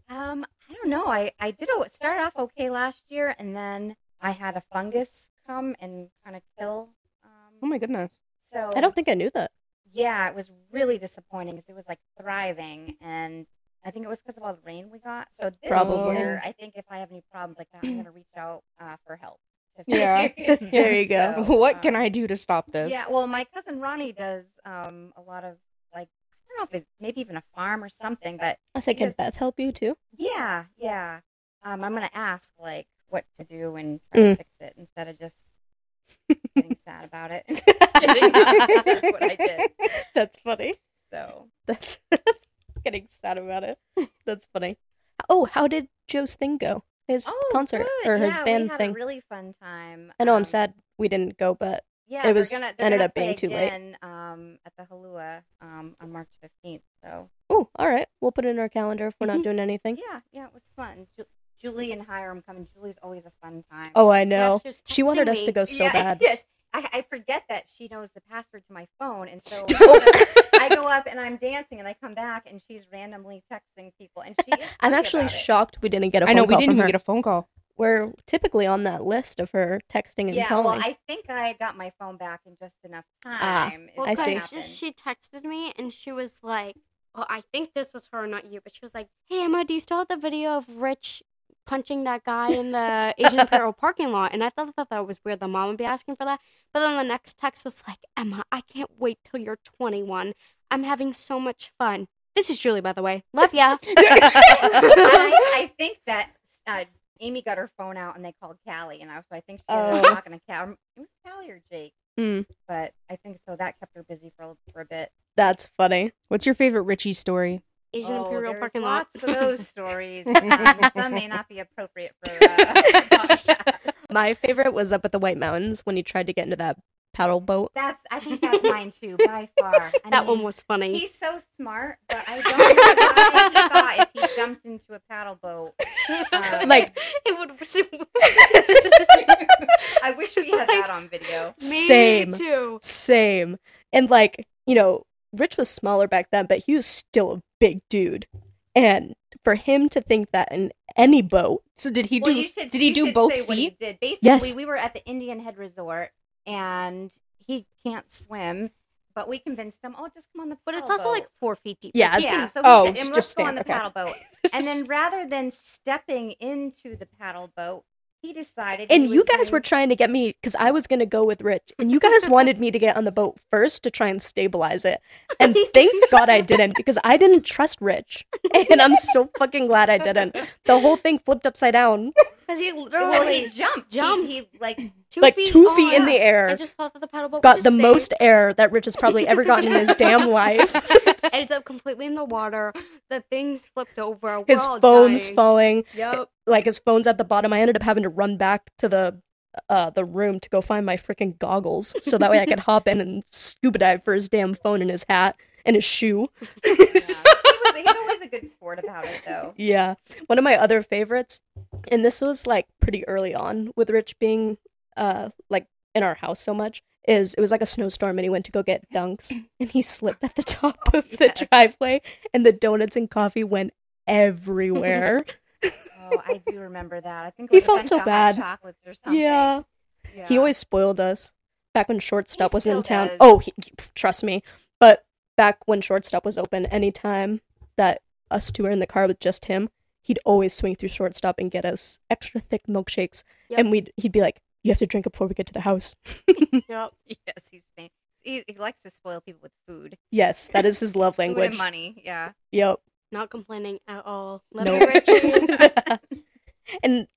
S3: Um, I don't know. I I did o- start off okay last year, and then I had a fungus come and kind of kill. Um,
S2: Oh my goodness.
S3: So
S1: I don't think I knew that.
S3: Yeah, it was really disappointing because it was like thriving, and I think it was because of all the rain we got. So this
S1: Probably.
S3: year, I think if I have any problems like that, I'm gonna reach out uh, for help.
S2: Yeah.
S1: [LAUGHS] There you go.
S3: [LAUGHS] So,
S2: [LAUGHS] what can
S3: um,
S2: I do to stop this?
S3: Yeah, well, my cousin Ronnie does um, a lot of like I don't know if it's maybe even a farm or something, but
S1: I said, can
S3: Because-
S1: Beth help you
S3: [LAUGHS]
S1: too?
S3: yeah, yeah. Um, I'm gonna ask like what to do and try
S1: Mm.
S3: to fix it instead of
S1: [LAUGHS]
S3: just getting sad about it. [LAUGHS] That's what I did.
S1: [LAUGHS] That's funny.
S3: So
S1: That's [LAUGHS] getting sad about it. That's funny. Oh, how did Joe's thing go? His
S3: oh,
S1: concert
S3: good.
S1: or his
S3: yeah, we
S1: band
S3: had
S1: thing.
S3: A really fun time.
S1: I know
S3: Um,
S1: I'm sad we didn't go, but
S3: Yeah,
S1: It
S3: they're
S1: was-
S3: gonna, they're
S1: ended
S3: gonna
S1: up being
S3: play
S1: too late.
S3: again, Um, at the Halua um, on March 15th. So
S1: oh, all right. We'll put it in our calendar if we're not doing anything.
S3: yeah, yeah, it was fun. Ju- Julie and Hiram coming. Julie's always a fun time.
S1: Oh, I
S4: Yeah,
S1: know.
S4: she was
S1: she wanted
S4: texting
S1: us to
S4: me.
S1: go so
S3: Yeah,
S1: bad.
S3: [LAUGHS]
S1: [LAUGHS]
S3: Yes. I, I forget that she knows the password to my phone. And
S1: [LAUGHS]
S3: so I go up and I'm dancing and I come back and she's randomly texting people. And she is
S1: I'm
S3: funny
S1: actually
S3: about it.
S1: shocked we didn't get a
S2: I
S1: phone
S2: know we
S1: call
S2: didn't
S1: from
S2: even
S1: her.
S2: get a phone call.
S1: We're typically on that list of her texting and
S3: Yeah,
S1: calling. [LAUGHS]
S3: well, I [LAUGHS] think I got my phone back in just enough
S1: Ah,
S3: time. is
S4: Well,
S1: I
S3: what
S1: see.
S4: because
S3: happened. [LAUGHS]
S4: She texted me and she was like, "Well, I think this was her, not you." But she was like, "Hey Emma, do you still have the video of Rich punching that guy in [LAUGHS] the Asian Apparel parking lot?" And I thought, thought that was weird. The mom would be asking for that. But then the next text was like, "Emma, I can't wait till you're 21. I'm having so much fun." This is Julie, by the way. Love [LAUGHS] ya.
S3: I, I think that uh, Amy got her phone out and they called Callie, and I so I think she ended
S1: Oh. [LAUGHS]
S3: up talking to Callie. It was Callie or Jake,
S1: Mm.
S3: but I think so that kept her busy for for a bit.
S1: [LAUGHS] That's funny.
S2: What's your favorite Richie story?
S4: Asian
S3: Oh,
S4: Imperial
S3: there's
S4: parking lot.
S3: [LAUGHS] lots of those stories. um, some may not be appropriate for. Uh, podcast.
S1: My favorite was up at the White Mountains when he tried to get into that paddle boat.
S3: That's I think that's mine too, by far. I
S4: [LAUGHS] that
S3: mean,
S4: one was [LAUGHS] funny.
S3: He's so smart, but I don't know why he thought if he jumped into a paddle boat. Uh,
S1: Like-
S4: [LAUGHS] it would.
S3: [LAUGHS] I wish we had that on video.
S4: Me
S1: Same.
S4: too.
S1: Same. And like, you know, Rich was smaller back then, but he was still a big dude. And for him to think that in any boat,
S2: So did he
S3: Well,
S2: do?
S3: you should,
S2: did he
S3: you
S2: do
S3: should
S2: both
S3: say what he
S2: feet?
S3: did. Basically,
S1: Yes.
S3: we were at the Indian Head Resort, and he can't swim, but we convinced him. Oh, just come on the.
S4: But it's
S3: paddle
S4: also
S3: boat."
S4: like four feet deep.
S1: Yeah, it's-
S3: yeah. So
S1: oh,
S3: oh,
S1: it's
S3: and
S1: just
S3: just go on
S1: stand-
S3: the
S1: okay. [LAUGHS]
S3: paddle boat, and then rather than stepping into the paddle boat, he decided. he
S1: and you
S3: was
S1: guys
S3: going-
S1: were trying to get me because I was going to go with Rich, and you guys wanted me to get on the boat first to try and stabilize it.
S4: [LAUGHS]
S1: And thank God I didn't because I didn't trust Rich, [LAUGHS] and I'm so fucking glad I didn't. The whole thing flipped upside down,
S4: because he
S3: [LAUGHS]
S4: literally
S3: Well, he jumped. He-
S4: jumped.
S3: He,
S1: [LAUGHS]
S3: like
S4: [LAUGHS] two
S1: like
S4: feet
S1: two
S4: on
S1: feet in the air.
S4: And just thought that the paddle boat
S1: Got
S4: was
S1: the
S4: safe. [LAUGHS]
S1: most air that Rich has probably ever gotten in his damn life.
S4: Ends up completely in the water. The things flipped over. We're
S1: His
S4: all
S1: phone's
S4: dying.
S1: falling.
S4: Yep.
S1: Like his phone's at the bottom. I ended up having to run back to the uh the room to go find my freaking goggles so that way I could hop in and scuba dive for his damn phone and his hat and his shoe.
S3: yeah. he was, he's always a good sport about it, though.
S1: Yeah. One of my other favorites, and this was like pretty early on with Rich being uh like in our house so much, is it was like a snowstorm and he went to go get dunks and he slipped at the top of the
S3: Yes.
S1: driveway and the donuts and coffee went everywhere.
S3: Oh, I do remember that. I think it
S1: He
S3: was a
S1: felt
S3: bunch
S1: so
S3: of hot
S1: bad.
S3: Chocolates or something.
S1: yeah.
S3: Yeah.
S1: He always spoiled us back when shortstop
S3: He
S1: was in
S3: still
S1: town.
S3: does.
S1: Oh, he, he- trust me. But back when shortstop was open, anytime that us two were in the car with just him, he'd always swing through shortstop and get us extra thick milkshakes.
S4: Yep.
S1: And we'd he'd be like, "You have to drink it before we get to the house." [LAUGHS]
S4: Yep.
S3: [LAUGHS] Yes, he's fam- he, he likes to spoil people with food,
S1: yes, that is his
S3: [LAUGHS]
S1: love
S3: food
S1: language.
S3: and money. Yeah. [LAUGHS]
S1: Yep.
S4: Not complaining at all. Love you, Richie.
S1: Nope. [LAUGHS] and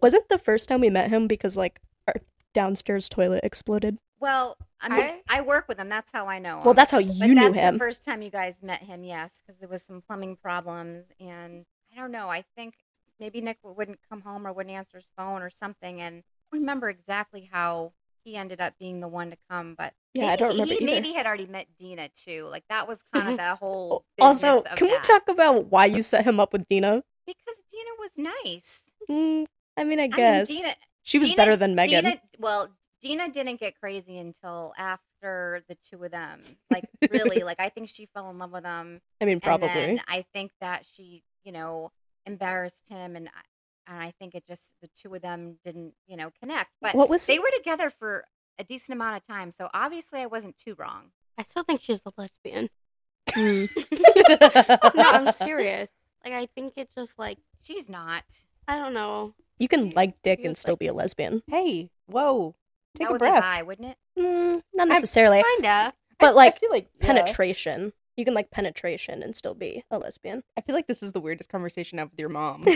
S1: wasn't the first time we met him because like our downstairs toilet exploded.
S3: Well, I mean,
S4: I-
S3: I, work with him. That's how I know him.
S1: Well, that's how
S3: but
S1: you knew
S3: that's
S1: him.
S3: the first time you guys met him. Yes, because there was some plumbing problems, and I don't know. I think maybe Nick wouldn't come home or wouldn't answer his phone or something, and I don't remember exactly how he ended up being the one to come, but
S1: yeah,
S3: maybe
S1: I don't remember
S3: He
S1: either. Mm-hmm.
S3: maybe had already met Dina too. Like that was kind of the whole. Business
S1: Oh, also,
S3: of
S1: can we
S3: that.
S1: talk about why you set him up with Dina?
S3: Because Dina was nice.
S1: Mm, I mean, I
S3: I
S1: guess
S3: mean, Dina,
S1: she was
S3: Dina-
S1: better than Megan.
S3: Dina, well, Dina didn't get crazy until after the two of them. Like really, like I think she fell in love with him.
S1: I mean, probably.
S3: And then I think that she, you know, embarrassed him, and I- and I think it just the two of them didn't, you know, connect. But
S1: what was
S3: they were together for a decent amount of time, so obviously I wasn't too wrong.
S4: I still think she's a lesbian. [LAUGHS]
S1: Mm. [LAUGHS]
S4: No, I'm serious. Like I think it's just like
S3: She's not.
S4: I don't know.
S1: you can like dick
S4: He
S1: and
S4: was
S1: still
S4: like-
S1: be a lesbian.
S2: Hey, whoa! Take
S3: that
S2: a
S3: would
S2: breath.
S3: Be high, wouldn't it?
S1: Mm, not necessarily,
S4: Kinda.
S1: but like
S2: I feel like yeah.
S1: penetration. You can like penetration and still be a lesbian.
S2: I feel like this is the weirdest conversation I've with your mom.
S1: [LAUGHS]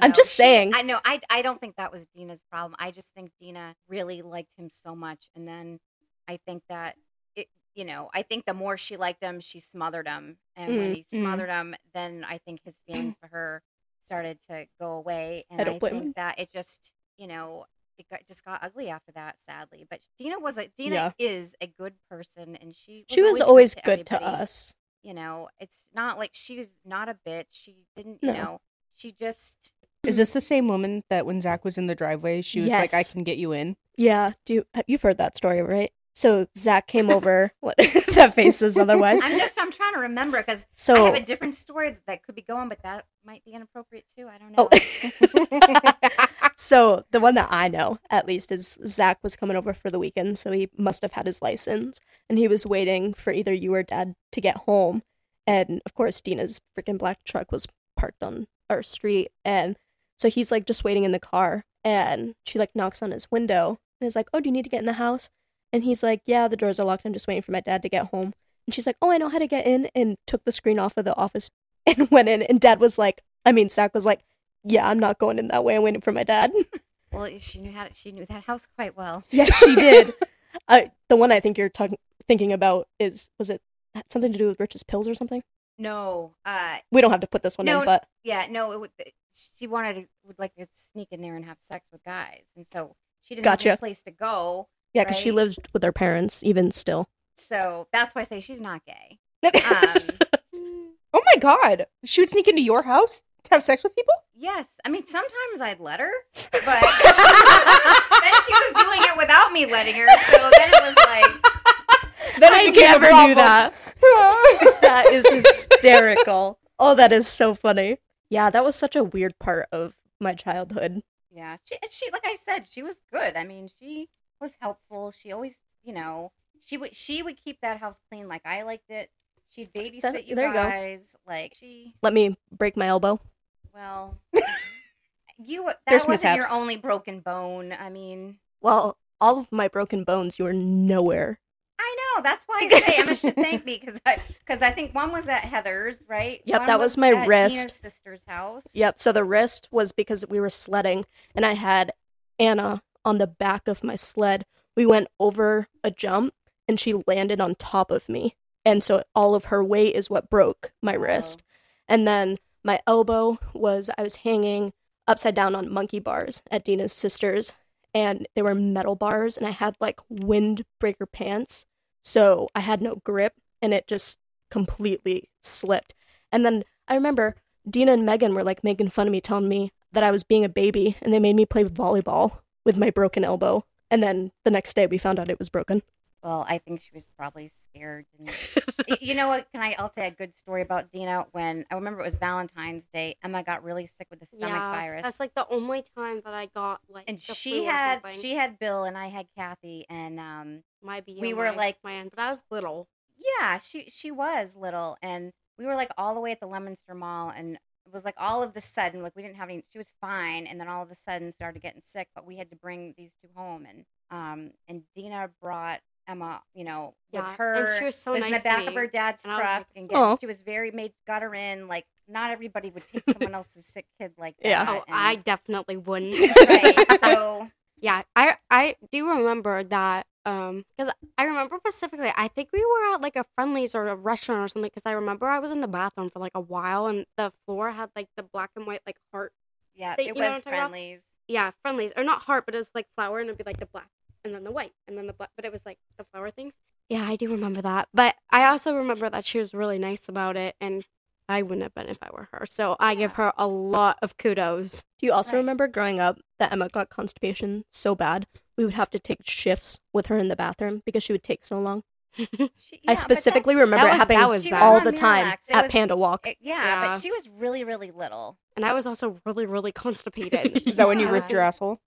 S1: I'm
S3: No,
S1: just
S3: she-
S1: saying.
S3: I know. I I don't think that was Dina's problem. I just think Dina really liked him so much, and then I think that it. You know, I think the more she liked him, she smothered him, and when he
S2: Mm.
S3: smothered him, then I think his
S1: [CLEARS THROAT]
S3: feelings for her started to go away, and
S1: I
S3: I,
S1: don't blame
S3: think
S1: him.
S3: that it just you know. It got, just got ugly after that, sadly. But Dina was a Dina
S1: Yeah.
S3: is a good person, and she
S1: she was always good to,
S3: everybody
S1: us.
S3: you know it's not like she's not a bitch she didn't
S1: No.
S3: you know she just
S2: [LAUGHS] is this the same woman that when Zach was in the driveway, she was like, "I
S1: Yes.
S2: can get you in." [LAUGHS]
S1: Yeah, do you, you've heard that story, right? So Zach came
S3: [LAUGHS]
S1: over. what [LAUGHS] that face is otherwise.
S3: i'm just i'm trying to remember because i
S1: So
S3: have a different story that, that could be going but that might be inappropriate too i don't know
S1: Oh. [LAUGHS] so the one that I know, at least, is Zach was coming over for the weekend, so he must have had his license, and he was waiting for either you or Dad to get home, and of course Dina's freaking black truck was parked on our street, and so he's like just waiting in the car, and she like knocks on his window and is like, "Oh, do you need to get in the house?" And he's like, "Yeah, the doors are locked. I'm just waiting for my dad to get home." And she's like, "Oh, I know how to get in," and took the screen off of the office [LAUGHS] and went in, and Dad was like, I mean, Zach was like, yeah, I'm not going in that way. I'm waiting for my dad.
S3: well she knew how she knew that house quite well
S1: yes, she did. [LAUGHS] Uh, the one I think you're talking thinking about is was it something to do with Rich's pills or something?
S3: no uh
S1: We don't have to put this one
S3: No,
S1: in, but
S3: yeah no it, would- she wanted to would like to sneak in there and have sex with guys and so she didn't
S1: Gotcha.
S3: have a place to go.
S1: Yeah, because she
S3: Right.
S1: lives with her parents even still.
S3: So that's why I say she's not
S1: [LAUGHS]
S3: gay. Um,
S2: oh
S4: Mm,
S2: my god, she would sneak into your house to have sex with people.
S3: Yes, I mean sometimes I'd let her, but [LAUGHS] then she was doing it without me letting her. So then it was like,
S1: Then
S2: it
S1: I
S2: became a
S1: never knew
S2: problem.
S1: that. that is hysterical. Oh, that is so funny. Yeah, that was such a weird part of my childhood.
S3: yeah, she and she like I said, she was good. I mean, she was helpful. She always, you know, she would she would keep that house clean like I liked it. She'd babysit
S1: That-
S3: you
S1: there you go.
S3: guys. Like she,
S1: Let me break my elbow. [LAUGHS]
S3: well, you that
S2: There's
S3: wasn't your
S2: mishaps.
S3: only broken bone. I mean,
S1: Well, all of my broken bones, you were nowhere.
S3: I know. That's
S1: [LAUGHS]
S3: why I say Emma should thank me because I because I think one was at Heather's, right?
S1: Yep,
S3: One
S1: that was my
S3: at
S1: wrist.
S3: Dina's sister's house.
S1: Yep, so the wrist was because we were sledding and I had Anna on the back of my sled. We went over a jump and she landed on top of me. And so all of her weight is what broke my wrist. And then my elbow was I was hanging upside down on monkey bars at Dina's sister's, and they were metal bars, and I had like windbreaker pants, so I had no grip, and it just completely slipped. And then I remember Dina and Megan were like making fun of me, telling me that I was being a baby, and they made me play volleyball with my broken elbow. And then the next day, we found out it was broken.
S3: Well, I think she was probably scared.
S4: [LAUGHS]
S3: And, Y- you know what? Can I? I'll say a good story about Dina. When I remember it was Valentine's Day, Emma got really sick with the stomach
S4: yeah,
S3: virus.
S4: That's like the only time that I got like.
S3: and
S4: the
S3: she
S4: flu or
S3: had
S4: something.
S3: she had Bill and I had Kathy and um
S4: my BMI
S3: we were, like-
S4: plan, but I was little.
S3: yeah she she was little and we were like all the way at the Lemonster Mall and it was like all of the sudden like we didn't have any she was fine and then all of a sudden started getting sick but we had to bring these two home and um and Dina brought Emma you know with
S4: Yeah,
S3: her
S4: and she was so
S3: was
S4: nice
S3: in the back
S4: to
S3: of
S4: me.
S3: her dad's
S4: and I was
S3: truck
S4: like,
S3: and get,
S1: "Aw."
S3: she was very made got her in like not everybody would take
S4: [LAUGHS]
S3: someone else's sick kid like that.
S1: Yeah.
S4: Oh,
S3: [LAUGHS] and-
S4: I definitely wouldn't.
S3: [LAUGHS]
S4: [LAUGHS]
S3: right so
S4: Yeah, I I do remember that um because I remember specifically. I think we were at like a friendlies or a restaurant or something because I remember I was in the bathroom for like a while and the floor had like the black and white like heart.
S3: yeah
S4: They-
S3: it
S4: you know
S3: was
S4: what I'm talking about?
S3: friendlies
S4: Yeah, friendlies or not heart, but it was like flower and it'd be like the black and then the white and then the black, but it was like the flower things. Yeah, I do remember that, but I also remember that she was really nice about it and. I wouldn't have been if I were her. So I give her a lot of kudos.
S1: Do you also
S3: Right.
S1: remember growing up that Emma got constipation so bad we would have to take shifts with her in the bathroom because she would take so long?
S3: She-
S1: I
S3: yeah, but
S1: specifically
S3: that's-
S1: remember
S4: that
S1: it
S4: was-
S1: happening
S4: that was
S3: she
S4: bad.
S3: on
S1: all the time
S3: Miralax. It
S1: at
S3: was-
S1: Panda Walk.
S3: it- yeah,
S4: Yeah.
S3: but she was really, really little.
S4: And I was also really, really constipated.
S2: [LAUGHS] Is that when you
S4: Yeah.
S2: ripped your asshole?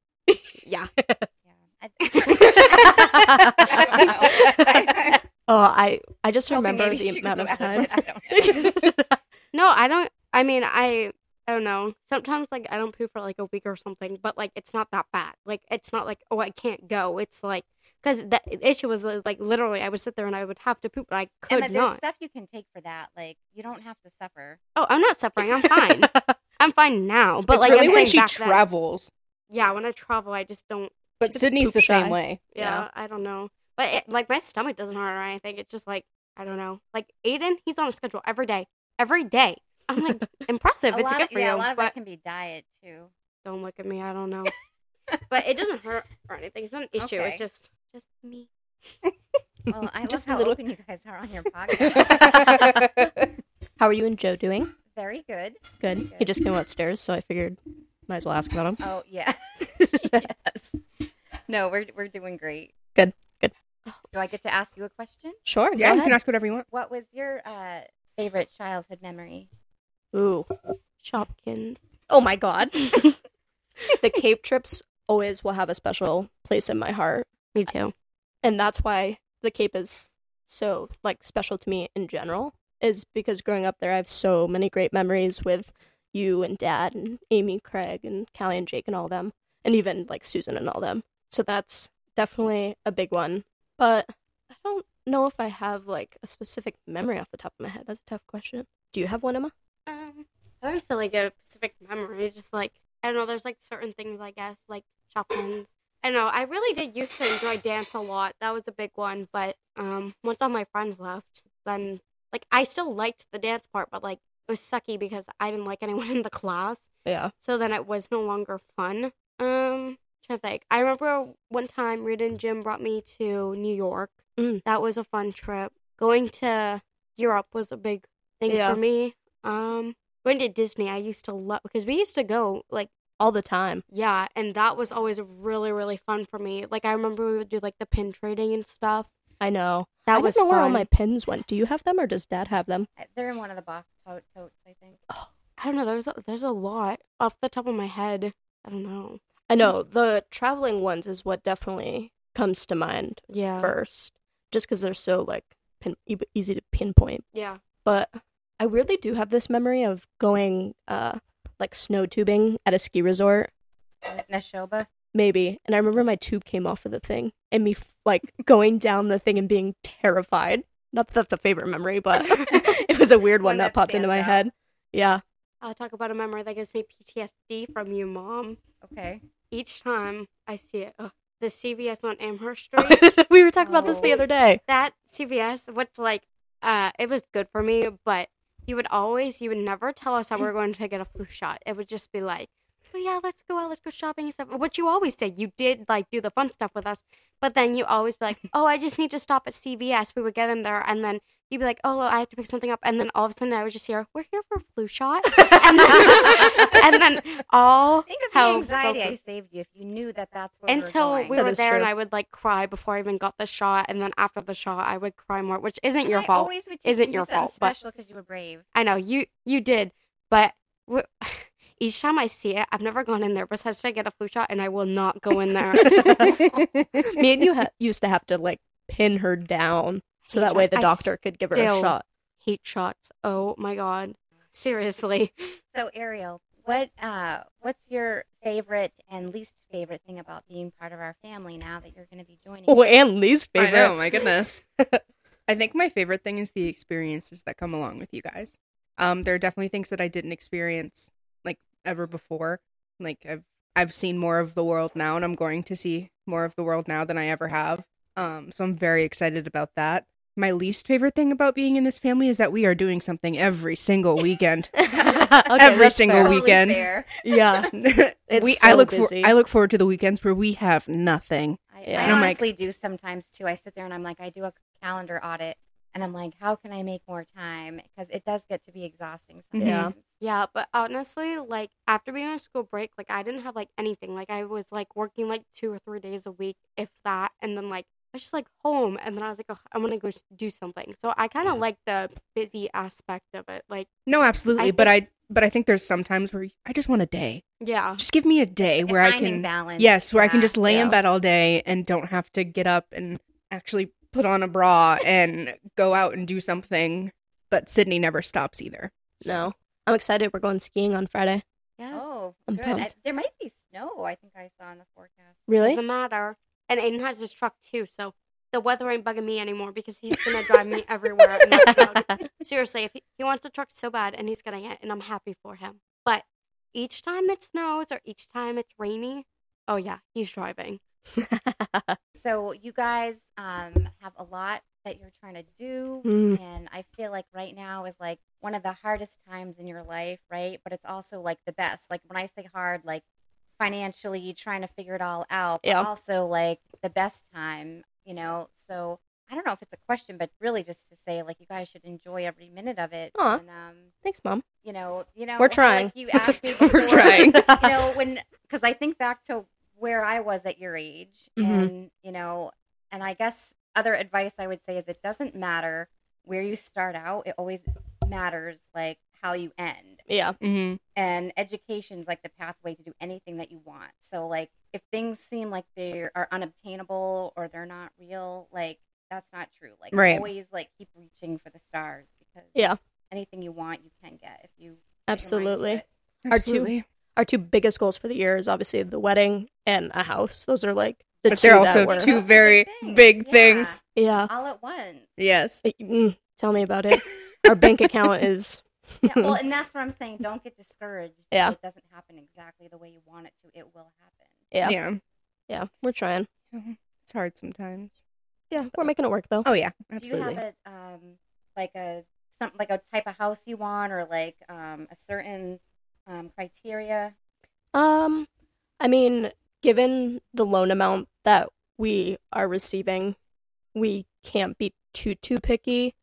S4: Yeah.
S3: Yeah.
S4: [LAUGHS]
S3: I, [LAUGHS] I
S1: [LAUGHS]
S3: don't know.
S1: Oh, I I just
S3: Hoping
S1: remember
S3: maybe
S1: the
S3: she
S1: amount
S3: grew
S1: of
S3: out
S1: times.
S3: it.
S1: [LAUGHS]
S3: I don't know. [LAUGHS]
S4: No, I don't. I mean, I I don't know. Sometimes like I don't poo for like a week or something, but like it's not that bad. Like it's not like oh I can't go. It's like because the issue was like literally I would sit there and I would have to poop, but I could
S3: Emma, there's
S4: not.
S3: stuff you can take for that. Like you don't have to suffer.
S4: oh, I'm not suffering.
S3: [LAUGHS]
S4: I'm fine. I'm fine now. But
S2: It's
S4: like
S2: really
S4: I'm
S2: when
S4: saying
S2: she
S4: back then-
S2: travels.
S4: yeah, when I travel, I just don't.
S2: But
S1: She's
S2: Sydney's
S1: poop
S2: the
S1: shy.
S2: same way. [LAUGHS]
S4: Yeah, I don't know. But it, like my stomach doesn't hurt or anything. It's just like I don't know. Like Aiden, he's on a schedule every day, every day.
S3: [LAUGHS]
S4: I'm like impressive. it's
S3: lot
S4: good
S3: of,
S4: for
S3: yeah,
S4: you.
S3: a lot of
S4: but-
S3: it can be diet too.
S4: Don't look at me. I [LAUGHS] don't know. but it doesn't hurt or anything. It's not an issue.
S3: Okay.
S4: It's just just me.
S3: Well, I love
S2: Just a
S3: how
S2: little-
S3: open you guys are on your podcast.
S1: [LAUGHS] How are you and Joe doing?
S3: Very good.
S1: Good. He just came upstairs, so I figured might as well ask about him.
S3: Oh yeah. yes. No, we're we're doing great.
S1: Good, good.
S3: Do I get to ask you a question?
S1: Sure.
S2: yeah,
S1: go
S2: you can
S1: ahead.
S2: ask whatever you want.
S3: What was your uh, favorite childhood memory?
S1: Ooh.
S4: [LAUGHS] Shopkins.
S1: Oh my god. the cave trips always will have a special place in my heart.
S4: Me too.
S1: and that's why the cape is so like special to me in general is because growing up there i have so many great memories with you and dad and amy craig and callie and jake and all them and even like susan and all them so that's definitely a big one but i don't know if i have like a specific memory off the top of my head that's a tough question do you have one emma
S4: Um, I don't feel like a specific memory. Just like I don't know. There's like certain things I guess like Shopkins. I don't know. I really did used to enjoy dance a lot. That was a big one. But um, once all my friends left, then like I still liked the dance part, but like it was sucky [LAUGHS] because I didn't like anyone in the class.
S1: yeah
S4: So then it was no longer fun. Um, trying to think. I remember one time Rita and Jim brought me to New York.
S1: Mm.
S4: That was a fun trip. Going to Europe was a big thing
S1: Yeah.
S4: for me. Um, going to Disney, I used to love because we used to go like
S1: all the time.
S4: yeah, and that was always really really fun for me. Like I remember we would do like the pin trading and stuff.
S1: I know.
S4: That
S1: I
S4: was
S1: don't know where all
S4: fun.
S1: my pins went. Do you have them or does Dad have them?
S3: Uh, They're in one of the box tote totes, I think.
S4: I don't know. There's a, there's a lot off the top of my head. I don't know.
S1: I know the traveling ones is what definitely comes to mind
S4: Yeah.
S1: first, just because they're so like pin- e- easy to pinpoint.
S4: yeah.
S1: But I weirdly do have this memory of going uh like snow tubing at a ski resort,
S3: N- Neshoba.
S1: maybe. And I remember my tube came off of the thing and me f- like going down the thing and being terrified. Not that that's a favorite memory, but it was a weird one,
S3: One
S1: that,
S3: that
S1: popped into
S3: stands
S1: my
S3: out.
S1: head. Yeah. [LAUGHS]
S4: I'll talk about a memory that gives me PTSD from you, mom.
S3: Okay.
S4: Each time I see it, ugh, the CVS on Amherst Street.
S1: we were talking about this the other day.
S4: that CVS, what's like, uh, it was good for me, but you would always, you would never tell us that we were going to get a flu shot. It would just be like, oh yeah, let's go out, let's go shopping and stuff. Which you always did. You did like do the fun stuff with us, but then you always be like, oh, I just need to stop at CVS. We would get in there, and then you'd be like, oh, look, I have to pick something up, and then all of a sudden I would just hear, we're here for a flu shot,
S3: [LAUGHS]
S4: and then, [LAUGHS] and then all
S3: Think of
S4: hell
S3: the anxiety
S4: broke
S3: I saved you if you knew that that's where [LAUGHS]
S4: until
S3: we were
S4: we
S3: going.
S1: That
S4: were
S1: is
S4: there and
S1: true.
S4: I would like cry before I even got the shot and then after the shot I would cry more which isn't
S3: And
S4: your
S3: I
S4: fault
S3: Always would
S4: Isn't
S3: you
S4: your
S3: something
S4: fault, but-
S3: special because you were brave. [LAUGHS]
S4: I know you you did but w- [SIGHS] each time I see it I've never gone in there besides to get a flu shot and I will not go in there
S1: Me and you ha- used to have to like pin her down [LAUGHS] so that way the
S4: I
S1: doctor could give her a
S4: still-
S1: shot. [LAUGHS]
S4: hate shots oh my god seriously
S3: So Ariel, what uh, what's your favorite and least favorite thing about being part of our family now that you're going to be joining?
S1: Oh,
S3: us?
S1: and Lee's favorite.
S2: I
S1: [LAUGHS]
S2: know, my goodness. [LAUGHS] I think my favorite thing is the experiences that come along with you guys. Um, there are definitely things that I didn't experience like ever before. Like I've I've seen more of the world now, and I'm going to see more of the world now than I ever have. Um, so I'm very excited about that. My least favorite thing about being in this family is that we are doing something every single [LAUGHS] weekend.
S1: Okay,
S2: Every
S1: that's
S2: single
S1: fair.
S2: week. weekend.
S3: fair.
S2: [LAUGHS]
S1: Yeah. It's
S2: we I
S1: so
S2: look
S1: busy.
S2: I look forward to the weekends where we have nothing.
S3: I,
S1: Yeah.
S3: I
S2: And I'm like-
S3: honestly do sometimes too. I sit there and I'm like, I do a calendar audit, and I'm like, how can I make more time? Because it does get to be exhausting
S2: Mhm.
S1: Yeah.
S3: sometimes.
S4: Yeah, but honestly, like after being on school break, like I didn't have like anything. Like I was like working like two or three days a week, if that, and then like I was just like home, and then I was like, oh, I'm gonna go s- do something. So I kind of like the busy aspect of it. Like
S2: No, absolutely.
S4: I
S2: but I but I think there's sometimes where I just want a day.
S4: yeah,
S2: Just give me a day
S3: It's
S2: where I
S3: finding
S2: can
S3: balance.
S2: Yes, where I can
S3: Yeah.
S2: just lay
S1: yeah.
S2: in bed all day and don't have to get up and actually put on a
S3: [LAUGHS]
S2: bra and go out and do something. But Sydney never stops either.
S1: No. I'm excited. We're going skiing on Friday.
S4: yeah,
S3: Oh,
S1: I'm
S3: good. I,
S1: pumped.
S3: there might be snow. I think I saw in the forecast.
S4: doesn't matter. And Aiden has his truck too, so the weather ain't bugging me anymore because he's gonna drive me everywhere. In that truck. Seriously, if he, he wants a truck so bad and he's getting it, and I'm happy for him. But each time it snows or each time it's rainy, oh yeah, he's driving.
S3: So you guys um, have a lot that you're trying to do,
S1: Mm.
S3: and I feel like right now is like one of the hardest times in your life, right? But it's also like the best. Like when I say hard, like financially trying to figure it all out, but
S1: Yeah.
S3: also like the best time, you know. So I don't know if it's a question, but really just to say like you guys should enjoy every minute of it.
S1: Aw.
S3: And, um,
S1: Thanks, Mom.
S3: you know, you
S1: [LAUGHS]
S3: know,
S1: We're
S3: it's like
S1: trying.
S3: you asked me
S2: We're
S3: before,
S2: trying.
S3: you
S1: [LAUGHS]
S2: [LAUGHS]
S3: know when because i think back to where i was at your age
S1: Mhm.
S3: and you know and i guess other advice i would say is it doesn't matter where you start out it always matters like how you end
S1: Yeah.
S2: Mm-hmm.
S3: and education's like the pathway to do anything that you want so like if things seem like they are unobtainable or they're not real like that's not true like
S2: Right.
S3: always like keep reaching for the stars because
S1: Yeah.
S3: anything you want you can get if you set your mind to
S1: Absolutely.
S3: it.
S1: Our two- Our two biggest goals for the year is obviously the wedding and a house. Those are like the
S2: But
S1: two
S2: they're
S1: that
S2: also
S1: were-
S3: Those
S2: two
S3: are big
S2: very
S3: things,
S2: big
S3: yeah.
S2: things.
S1: Yeah.
S3: all at once.
S2: Yes.
S1: Mm, tell me about
S2: [LAUGHS]
S1: it. Our bank account is.
S3: Yeah,
S1: [LAUGHS]
S3: well, and that's what I'm saying. Don't get discouraged. if
S1: Yeah.
S3: It doesn't happen exactly the way you want it to. It will happen.
S1: Yeah.
S2: yeah.
S1: Yeah. We're trying.
S2: It's hard sometimes.
S1: Yeah. We're making it work though.
S2: Oh yeah,
S3: Do
S2: absolutely.
S3: you have a um like a something like a type of house you want or like um a certain um criteria?
S1: Um, I mean, given the loan amount that we are receiving, we can't be too too picky.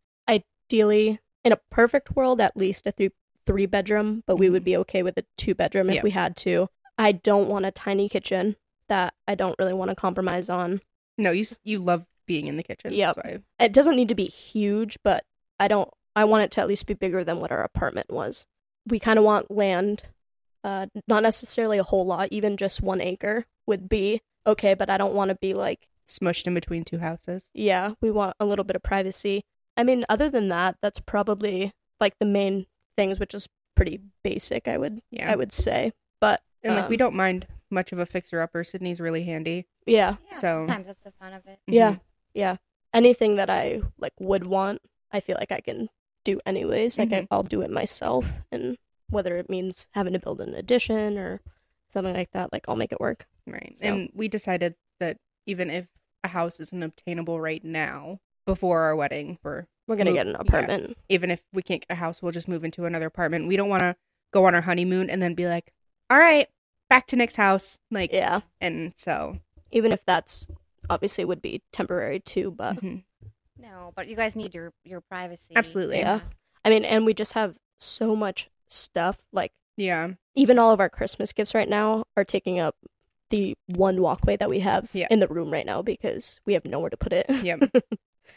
S1: Ideally, in a perfect world, at least a three three bedroom, but we would be okay with a two bedroom if
S2: Yeah.
S1: we had to. I don't want a tiny kitchen that I don't really want to compromise on.
S2: No, you s- you love being in the kitchen.
S1: Yep.
S2: That's why.
S1: It doesn't need to be huge, but I don't I want it to at least be bigger than what our apartment was. We kind of want land uh not necessarily a whole lot, even just 1 acre would be okay, but I don't want to be like
S2: Smushed in between two houses.
S1: yeah, we want a little bit of privacy. I mean, other than that, that's probably like the main things, which is pretty basic. I would
S2: Yeah.
S1: I would say, but
S2: and like we
S1: um,
S2: don't mind much of a fixer upper. Sydney's really handy. Mm-hmm.
S1: Yeah,
S3: Yeah,
S2: So-
S3: sometimes that's the fun of it.
S1: yeah, yeah. Anything that I like would want, I feel like I can do anyways. Like
S2: Mhm.
S1: I, I'll do it myself, and whether it means having to build an addition or something like that, like I'll make it work.
S2: Right.
S1: So-
S2: And we decided that even if a house isn't obtainable right now before our wedding, we're
S1: We're gonna
S2: Move-
S1: get an
S2: Mm-hmm. yeah.
S1: apartment.
S2: even if we can't get a house, we'll just move into another apartment. We don't want to go on our honeymoon and then be like, all right, back to next house. Like,
S1: yeah,
S2: and so,
S1: even if that's obviously would be temporary too, but
S2: mhm.
S3: No, but you guys need your your privacy.
S2: Absolutely.
S1: Yeah. I mean, and we just have so much stuff. Like,
S2: yeah.
S1: even all of our Christmas gifts right now are taking up the one walkway that we have
S2: Yeah.
S1: in the room right now because we have nowhere to put it.
S2: Yep.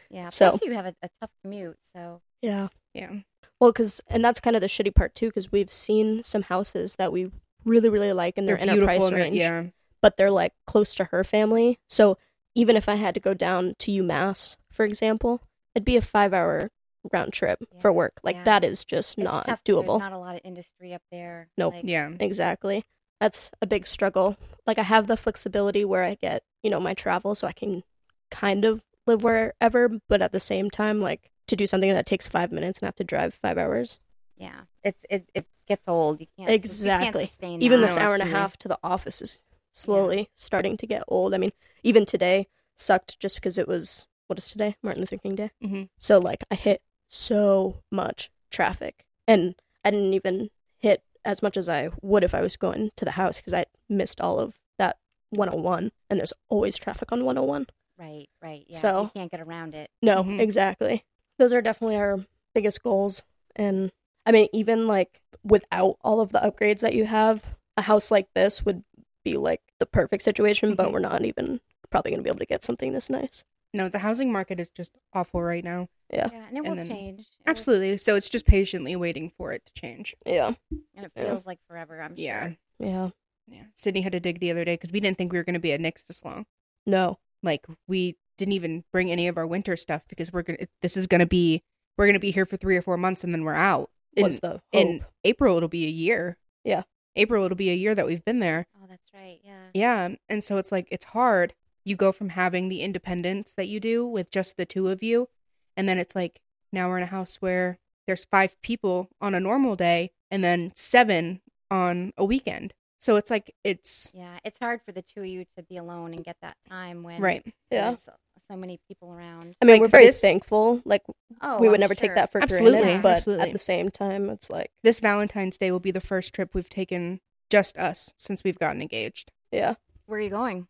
S3: Yeah.
S1: So-
S3: Plus, you have a, a tough commute, so
S1: [LAUGHS] yeah.
S2: Yeah.
S1: Well, because, and that's kind of the shitty part too, because we've seen some houses that we really, really like and they're, in our price
S2: and they're-
S1: range,
S2: Yeah.
S1: but they're like close to her family. So even if I had to go down to UMass, for example, it'd be a five hour round trip
S3: Yeah.
S1: for work. Like,
S3: Yeah.
S1: that is just
S3: it's
S1: not
S3: tough 'cause
S1: doable.
S3: There's not a lot of industry up there.
S1: Nope.
S3: Like,
S2: Yeah.
S1: Exactly. That's a big struggle. Like I have the flexibility where I get, you know, my travel so I can kind of live wherever, but at the same time like to do something that takes 5 minutes and have to drive 5 hours.
S3: Yeah. It's it, it gets old. You can't sus- You
S1: Exactly.
S3: can't sustain
S1: Even
S2: No,
S1: this
S3: that.
S1: hour and a
S2: absolutely.
S1: half to the office is slowly starting to get old. I mean, even today sucked just because it was what is today? Martin Luther King Day.
S2: Mhm.
S1: So like I hit so much traffic and I didn't even hit as much as I would if I was going to the house because I missed all of that 101 and there's always traffic on 101.
S3: Right. Right. Yeah.
S1: So-
S3: you can't get around it.
S1: No,
S2: Mhm.
S1: exactly. Those are definitely our biggest goals. And I mean, even like without all of the upgrades that you have, a house like this would be like the perfect situation, but
S2: Mhm.
S1: we're not even probably going to be able to get something this nice.
S2: No, the housing market is just awful right now.
S1: Yeah.
S3: Yeah, and it
S2: And
S3: will
S2: then-
S3: change. It will-
S2: Absolutely. So it's just patiently waiting for it to change.
S1: Yeah.
S3: and it
S1: Yeah.
S3: feels like forever. I'm
S2: Yeah.
S3: sure.
S1: Yeah.
S2: Yeah. Sydney had to dig the other day because we didn't think we were going to be at Nick's this long.
S1: No.
S2: Like we didn't even bring any of our winter stuff because we're gonna. This is gonna be we're gonna be here for three or four months and then we're out. In,
S1: was the hope.
S2: in April it'll be a year.
S1: Yeah.
S2: April it'll be a year that we've been there.
S3: Oh, that's right. Yeah.
S2: Yeah. And so it's like it's hard. You go from having the independence that you do with just the two of you, and then it's like now we're in a house where there's five people on a normal day and then seven on a weekend. So it's like it's
S3: Yeah. It's hard for the two of you to be alone and get that time when
S2: right.
S1: yeah.
S3: there's so many people around.
S1: I mean,
S2: like
S1: we're very
S2: this-
S1: thankful. Like
S3: Oh,
S1: we would
S3: I'm
S1: never
S3: sure.
S1: take that for
S2: Absolutely,
S1: granted, but
S2: absolutely.
S1: at the same time, it's like,
S2: This Valentine's Day will be the first trip we've taken just us since we've gotten engaged.
S1: yeah,
S3: Where are you going?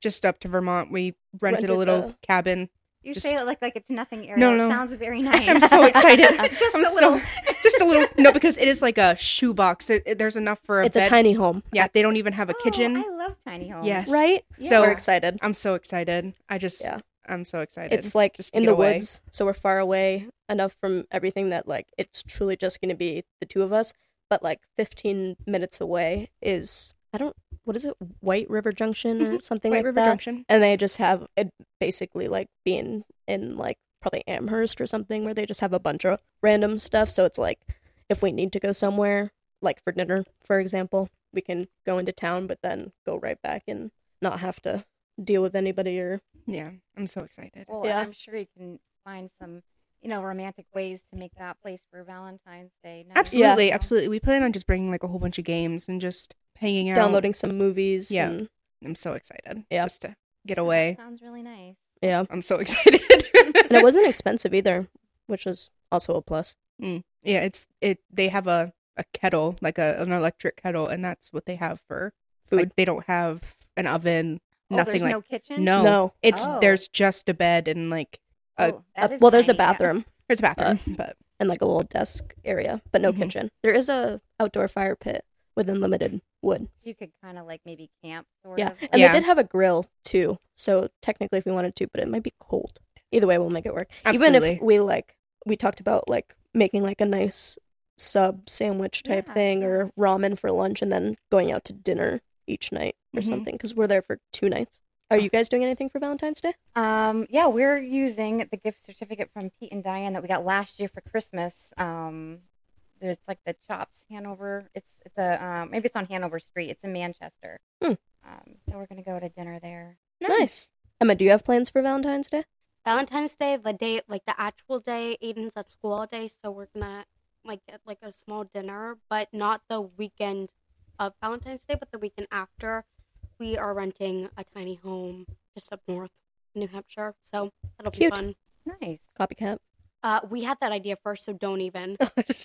S2: Just up to Vermont. We rented,
S1: Rented
S2: a little
S1: the-
S2: cabin.
S3: You
S2: Just-
S3: say it like like it's nothing. Ariel.
S2: No, no.
S3: It sounds very nice.
S2: [LAUGHS] I'm so excited.
S3: [LAUGHS] just
S2: I'm
S3: a
S2: so-
S3: little.
S2: Just
S1: [LAUGHS]
S2: a little no, because it is like a shoebox. There, there's enough for a
S1: it's
S2: bed.
S1: a tiny home,
S2: yeah, they don't even have a
S3: Oh,
S2: kitchen.
S3: I love tiny homes.
S2: Yes.
S1: right?
S2: So-
S1: we're excited.
S2: I'm so excited. I just,
S1: Yeah.
S2: I'm so excited.
S1: It's like
S2: just to
S1: in
S2: get
S1: the
S2: away.
S1: woods, so we're far away enough from everything that like it's truly just going to be the two of us. But like 15 minutes away is I don't what is it White River Junction or something
S2: Mm-hmm. White
S1: like
S2: River
S1: that,
S2: Junction.
S1: and they just have it basically like being in like probably Amherst or something where they just have a bunch of random stuff. So it's like if we need to go somewhere like for dinner, for example, we can go into town, but then go right back and not have to deal with anybody or
S2: Yeah, I'm so excited.
S3: Well, and
S1: Yeah.
S3: I'm sure you can find some, you know, romantic ways to make that place for Valentine's Day. nice, you
S2: Absolutely,
S3: know?
S2: absolutely. We plan on just bringing like a whole bunch of games and just hanging out.
S1: downloading some movies.
S2: Yeah.
S1: and-
S2: I'm so excited.
S1: Yeah.
S2: Just to get
S3: Oh, that
S2: away.
S3: sounds really nice.
S1: yeah.
S2: I'm so [LAUGHS] excited.
S1: And it wasn't expensive either, which was also a plus.
S2: yeah, it's it. They have a a kettle, like a an electric kettle, and that's what they have for
S1: Food.
S2: Like, they don't have an oven,
S3: Oh,
S2: nothing
S3: there's
S2: like
S3: no kitchen.
S1: No.
S2: no. It's
S3: Oh.
S2: there's just a bed and like
S3: Oh,
S2: a-
S3: that
S1: Uh,
S3: is
S1: well, there's a
S3: tiny, yeah.
S1: bathroom
S2: there's a bathroom, but
S1: and like a little desk area, but no
S2: Mhm.
S1: kitchen. There is a outdoor fire pit with unlimited wood.
S3: So you could kind of like maybe camp. Sort
S1: Yeah,
S3: Of.
S1: and
S2: Yeah.
S1: they did have a grill too. So technically, if we wanted to, but it might be cold. Either way, we'll make it work. Even
S2: Absolutely.
S1: if we like, we talked about like making like a nice sub sandwich type
S3: Yeah,
S1: thing
S3: yeah.
S1: or ramen for lunch, and then going out to dinner each night or
S2: Mhm.
S1: something because we're there for two nights.
S2: Oh.
S1: Are you guys doing anything for Valentine's Day?
S3: Um, yeah, we're using the gift certificate from Pete and Diane that we got last year for Christmas. Um, there's like the Chops Hanover. It's it's a um, maybe it's on Hanover Street. It's in Manchester.
S1: Hmm.
S3: Um, so we're gonna go to dinner there.
S1: Emma, do you have plans for Valentine's Day?
S4: Valentine's Day, the day, like the actual day, Aiden's at school all day, so we're gonna like get like a small dinner, but not the weekend of Valentine's Day, but the weekend after. We are renting a tiny home just up north, New Hampshire, so that'll
S1: Cute.
S4: be fun.
S3: Nice.
S1: Copycat.
S4: Uh, we had that idea first, so don't even.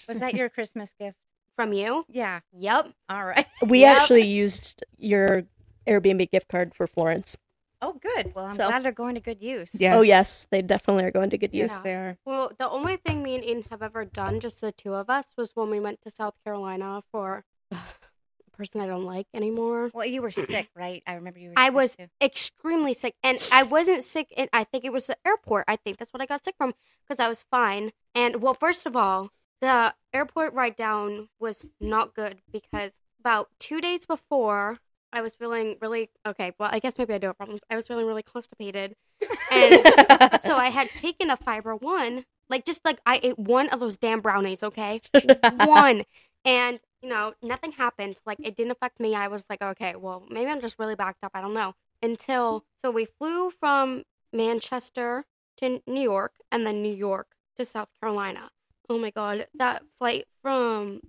S3: Was that your Christmas gift?
S4: From you?
S3: Yeah.
S4: Yep.
S3: All right. [LAUGHS]
S1: We
S4: Yep.
S1: actually used your Airbnb gift card for Florence.
S3: Oh, good. Well, I'm
S1: So-
S3: glad they're going to good use.
S2: Yes.
S1: Oh yes, they definitely are going to good use.
S2: Yes, they are.
S4: Well, the only thing me and Aiden have ever done, just the two of us, was when we went to South Carolina for a person I don't like anymore.
S3: Well, you were sick, right? I remember you. were
S4: I
S3: sick,
S4: was
S3: too.
S4: extremely sick, and I wasn't sick. And I think it was the airport. I think that's what I got sick from because I was fine. And well, first of all, the airport ride down was not good because about two days before, I was feeling really okay. Well, I guess maybe I do have problems. I was feeling really constipated, and
S1: [LAUGHS]
S4: so I had taken a fiber one, like just like I ate one of those damn brownies. Okay, one. And, you know, nothing happened. Like, it didn't affect me. I was like, okay, well, maybe I'm just really backed up. I don't know. Until, so we flew from Manchester to New York and then New York to South Carolina. Oh my God. That flight from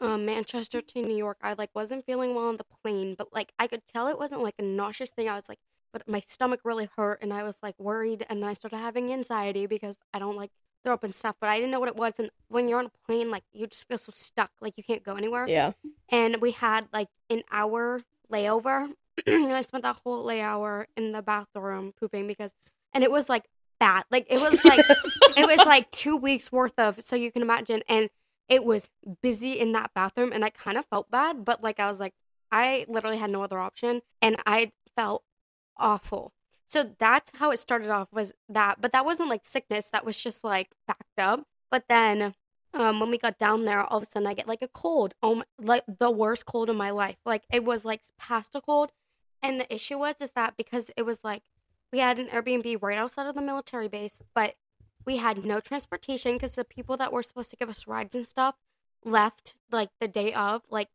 S4: um, Manchester to New York, I like wasn't feeling well on the plane, but like I could tell it wasn't like a nauseous thing. I was like, but my stomach really hurt and I was like worried. And then I started having anxiety because I don't like throw up and stuff, but I didn't know what it was. And when you're on a plane, like you just feel so stuck, like you can't go anywhere.
S1: yeah.
S4: And we had like an hour layover, [CLEARS THROAT] and I spent that whole lay hour in the bathroom pooping because, and it was like bad, like it was like it was like two weeks worth of, so you can imagine. And it was busy in that bathroom, and I kind of felt bad, but like I was like, I literally had no other option, and I felt awful. So that's how it started off was that, but that wasn't like sickness. That was just like backed up. But then um, when we got down there, all of a sudden I get like a cold, oh my, like the worst cold of my life. Like it was like past a cold, and the issue was is that because it was like we had an Airbnb right outside of the military base, but we had no transportation because the people that were supposed to give us rides and stuff left like the day of, like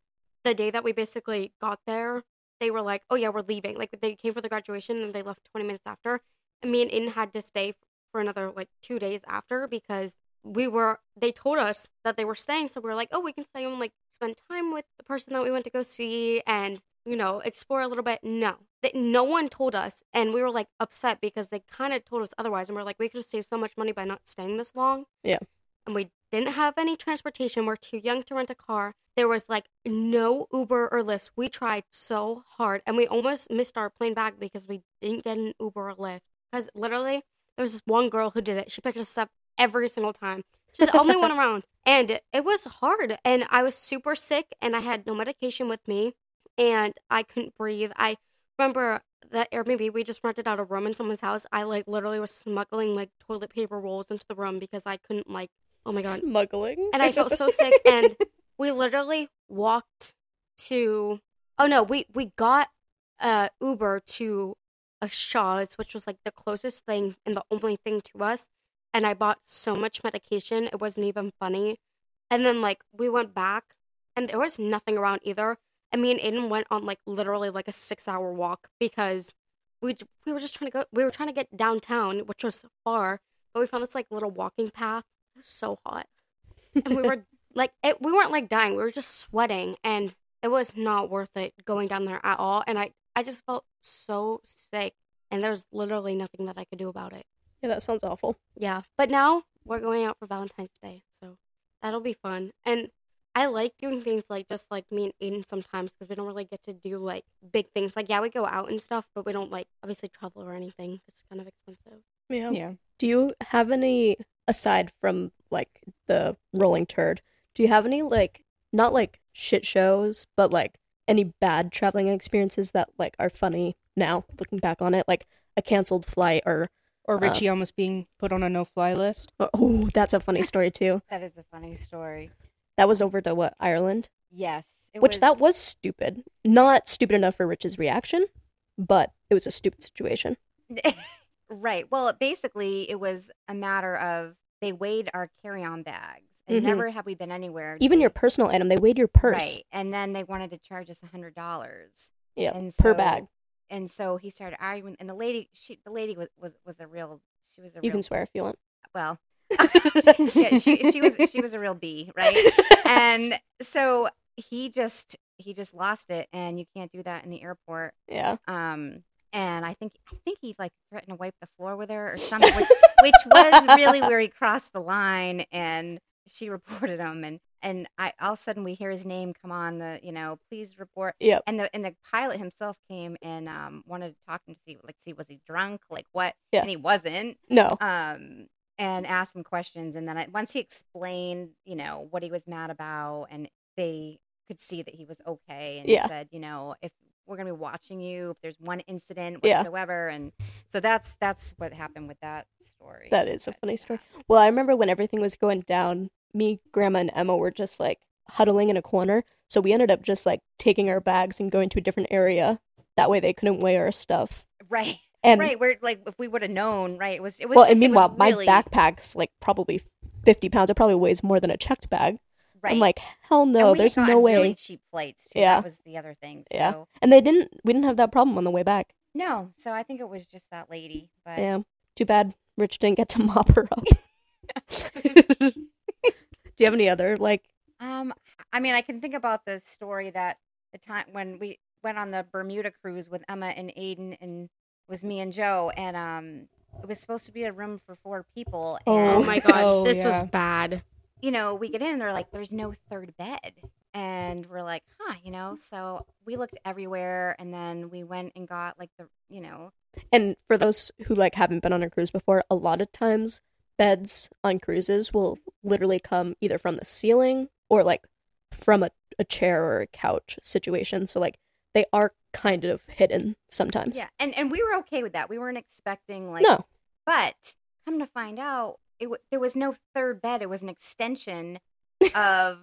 S4: the day that we basically got there. They were like, "Oh yeah, we're leaving." Like they came for the graduation and they left twenty minutes after. And me and In had to stay for another like two days after because we were they told us that they were staying so we were like oh we can stay and like spend time with the person that we went to go see and you know explore a little bit no that no one told us and we were like upset because they kind of told us otherwise and we are like we could have saved so much money by not staying this long
S1: Yeah.
S4: and we didn't have any transportation we're too young to rent a car there was like no uber or lyft we tried so hard and we almost missed our plane back because we didn't get an uber or lyft because literally there was this one girl who did it she picked us up every single time. She's the only one around. And it was hard. And I was super sick and I had no medication with me and I couldn't breathe. I remember the Airbnb, we just rented out a room in someone's house. I like literally was smuggling like toilet paper rolls into the room because I couldn't like, oh my God.
S1: Smuggling.
S4: And I felt so sick. And we literally walked to, oh no, we, we got uh, Uber to a Shaw's, which was like the closest thing and the only thing to us. And I bought so much medication, it wasn't even funny. And then like we went back, and there was nothing around either. And me and Aiden went on like literally like a six hour walk because we j- we were just trying to go. We were trying to get downtown, which was far, but we found this like little walking path. It was so hot, and we were like it, we weren't like dying. We were just sweating, and it was not worth it going down there at all. And I I just felt so sick, and there's literally nothing that I could do about it.
S1: [LAUGHS] yeah, that sounds awful.
S4: Yeah, but now we're going out for Valentine's Day, so that'll be fun. And I like doing things like just like me and Aiden sometimes because we don't really get to do like big things. Like, yeah, we go out and stuff, but we don't like obviously travel or anything. It's kind of expensive.
S1: Yeah.
S2: Yeah.
S1: Do you have any aside from like the rolling turd? Do you have any like not like shit shows, but like any bad traveling experiences that like are funny now looking back on it, like a canceled flight or,
S2: Or
S1: Uh,
S2: Richie almost being put on a no fly list.
S1: or oh, that's a funny story too.
S3: That is a funny story.
S1: That was over to what Ireland,
S3: Yes. It
S1: which that was stupid. Not stupid enough for Rich's reaction, but it was a stupid situation.
S3: [LAUGHS] right. Well, it- basically, it was a matter of they weighed our carry on bags. And
S1: Mhm.
S3: never have we been anywhere.
S1: Even your personal item, they weighed your purse.
S3: Right. And then they wanted to charge us a hundred dollars.
S1: Yeah,
S3: And
S1: per
S3: so-
S1: bag.
S3: And so he started arguing and the lady she the lady was was, was a real she was a
S1: You
S3: real
S1: can swear if you want. [LAUGHS]
S3: well [LAUGHS] [LAUGHS] yeah, she, she was she was a real bee, right?
S4: [LAUGHS]
S3: And so he just he just lost it and you can't do that in the airport.
S1: yeah.
S3: Um and I think I think he like threatened to wipe the floor with her or something, which, which was really where he crossed the line. And she reported him, and and I all of a sudden we hear his name come on the you know please report.
S1: [LAUGHS] Yep.
S3: And the and the pilot himself came and um wanted to talk to him to see like see was he drunk like what
S1: Yeah.
S3: and he wasn't
S1: No.
S3: um, and asked him questions. And then I, once he explained, you know, what he was mad about, and they could see that he was okay, and
S1: Yeah.
S3: he said, you know, if we're gonna be watching you, if there's one incident
S1: Yeah.
S3: whatsoever, and so that's that's what happened with that story.
S1: That is a funny
S3: yeah.
S1: story. Well, I remember when everything was going down, me, Grandma, and Emma were just like huddling in a corner. So we ended up just like taking our bags and going to a different area. That way they couldn't weigh our stuff.
S3: Right,
S1: And
S3: right. We're like, if we would have known, right? It was it was.
S1: well,
S3: just,
S1: and
S3: it was
S1: meanwhile,
S3: really-
S1: my backpack's like probably 50 pounds. It probably weighs more than a checked bag.
S3: Right.
S1: I'm like, hell
S3: And
S1: no,
S3: we had
S1: there's no
S3: gotten
S1: way.
S3: Really cheap flights. Too.
S1: Yeah.
S3: that was the other thing. So.
S1: Yeah. And they didn't, we didn't have that problem on the way back.
S3: No, so I think it was just that lady. But
S1: Yeah. Too bad Rich didn't get to [LAUGHS] mop her
S3: [LAUGHS]
S1: up. Do you have any other like
S3: Um, I mean, I can think about the story that the time when we went on the Bermuda cruise with Emma and Aiden, and it was me and Joe, and um, it was supposed to be a room for four people. And,
S1: Oh.
S4: Oh [LAUGHS] my gosh,
S2: Oh,
S4: this
S2: yeah.
S4: was bad.
S3: You know, we get in, they're like, "There's no third bed," and we're like, "Huh," you know. So we looked everywhere, and then we went and got like the, you know,
S1: And for those who like haven't been on a cruise before, a lot of times beds on cruises will literally come either from the ceiling or like from a, a chair or a couch situation. So like they are kind of hidden sometimes.
S3: yeah, and and we were okay with that. We weren't expecting like
S1: no.
S3: But come to find out, it w- there was no third bed. It was
S1: [LAUGHS]
S3: an extension of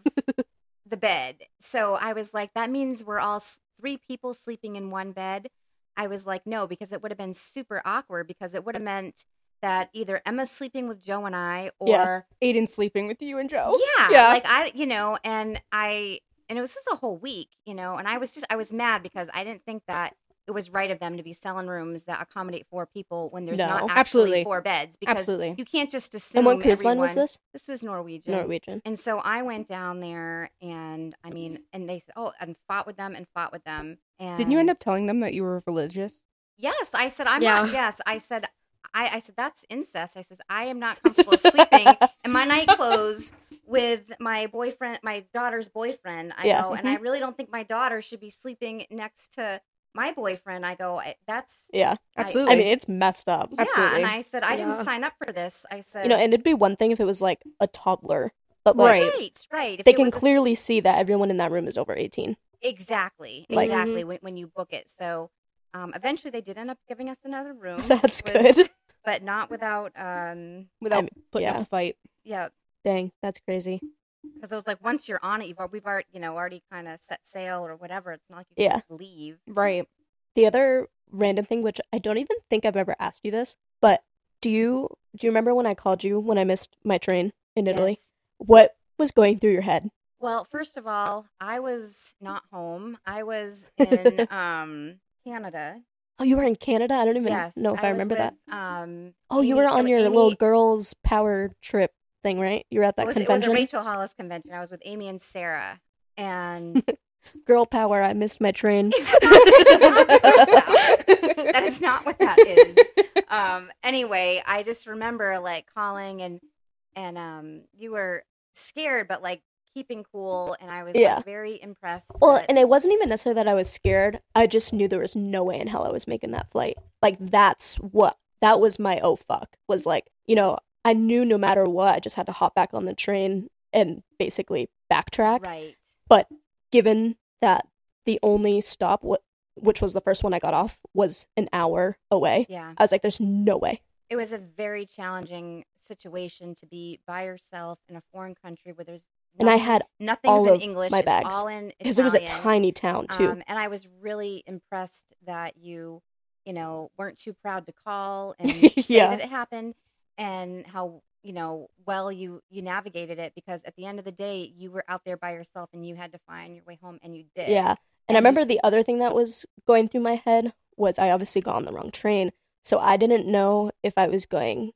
S3: the bed. So I was like, that means we're all s- three people sleeping in one bed. I was like, no, because it would have been super awkward because it would have meant that either Emma's sleeping with Joe and I or
S1: Yeah.
S2: Aiden sleeping with you and Joe.
S3: yeah,
S2: Oh, Yeah.
S3: like I, you know, and I, and it was just a whole week, you know, and I was just, I was mad because I didn't think that it was right of them to be selling rooms that accommodate four people when there's
S1: No.
S3: not actually
S2: Absolutely.
S3: four beds because
S2: Absolutely.
S3: you can't just assume.
S1: And what cruise line was
S3: everyone-
S1: this?
S3: This was Norwegian.
S1: Norwegian.
S3: And so I went down there, and I mean, and they said, oh, and fought with them and fought with them. And
S2: Didn't you end up telling them that you were religious?
S3: Yes, I said I'm
S4: Yeah.
S3: not. Yes, I said I, I said that's incest. I says I am not comfortable
S1: [LAUGHS]
S3: sleeping in my night clothes with my boyfriend, my daughter's boyfriend. I
S1: Yeah. mm-hmm.
S3: go, and I really don't think my daughter should be sleeping next to my boyfriend. I go, I- that's
S1: Yeah.
S3: I-
S2: Absolutely.
S1: I mean it's messed up.
S3: yeah.
S2: Absolutely.
S3: And I said I
S4: Yeah.
S3: didn't sign up for this. I said,
S1: You know, and it'd be one thing if it was like a toddler. But like
S2: Right.
S3: Uh, right, right. If
S1: they
S3: it
S1: can
S3: was a-
S1: clearly see that everyone in that room is over eighteen.
S3: exactly,
S1: Like- mm-hmm.
S3: exactly when, when you book it. So. Um, eventually, they did end up giving us another room.
S1: [LAUGHS] That's
S3: with-
S1: good.
S3: but not without, um,
S2: Without
S1: mean,
S2: putting
S1: yeah.
S2: up a fight.
S3: yeah,
S1: Dang, that's crazy.
S3: because it was like once you're on it, you've al- we've already you know already kind of set sail or whatever. It's not like you can
S1: Yeah.
S3: just leave.
S2: Right.
S1: The other random thing, which I don't even think I've ever asked you this, but do you do you remember when I called you when I missed my train in Italy?
S3: Yes.
S1: What was going through your head?
S3: Well, first of all, I was not home. I was in
S1: [LAUGHS]
S3: um Canada.
S1: Oh, you were in Canada. I don't even
S3: yes,
S1: know if I, remember that.
S3: Um,
S1: Oh, you
S3: Amy-
S1: were on
S3: it-
S1: your
S3: Amy-
S1: little girls' power trip thing, right? You were at
S3: it
S1: that
S3: was, It was
S1: convention.
S3: a Rachel Hollis convention. I was with Amy and Sarah,
S1: [LAUGHS]
S3: and [LAUGHS]
S1: Girl power. I missed my train. [LAUGHS]
S3: that is not what that is.
S1: [LAUGHS]
S3: Um, anyway, I just remember like calling and and um, you were scared, but like keeping cool, and I was
S1: Yeah.
S3: like, very impressed.
S1: Well,
S3: that-
S1: and it wasn't even necessarily that I was scared. I just knew there was no way in hell I was making that flight. Like that's what that was my oh fuck was like, you know, I knew no matter what, I just had to hop back on the train and basically backtrack.
S3: right,
S1: Given that the only stop w- which was the first one I got off was an hour away.
S3: yeah,
S1: I was like there's no way.
S3: it was a very challenging situation to be by yourself in a foreign country where there's
S1: And I
S3: nothing-
S1: had
S3: nothing's
S1: all
S3: in
S1: of
S3: English.
S1: my
S3: it's
S1: bags.
S3: all in
S1: cuz it was a
S3: Italian.
S1: tiny town too.
S3: Um, and I was really impressed that you, you know, weren't too proud to
S1: [LAUGHS]
S3: call and say
S1: Yeah.
S3: that it happened, and how you know well you you navigated it because at the end of the day you were out there by yourself and you had to find your way home and you did.
S1: Yeah. And I
S3: And-
S1: remember the other thing that was going through my head was I obviously got on the wrong train. So I didn't know if I was going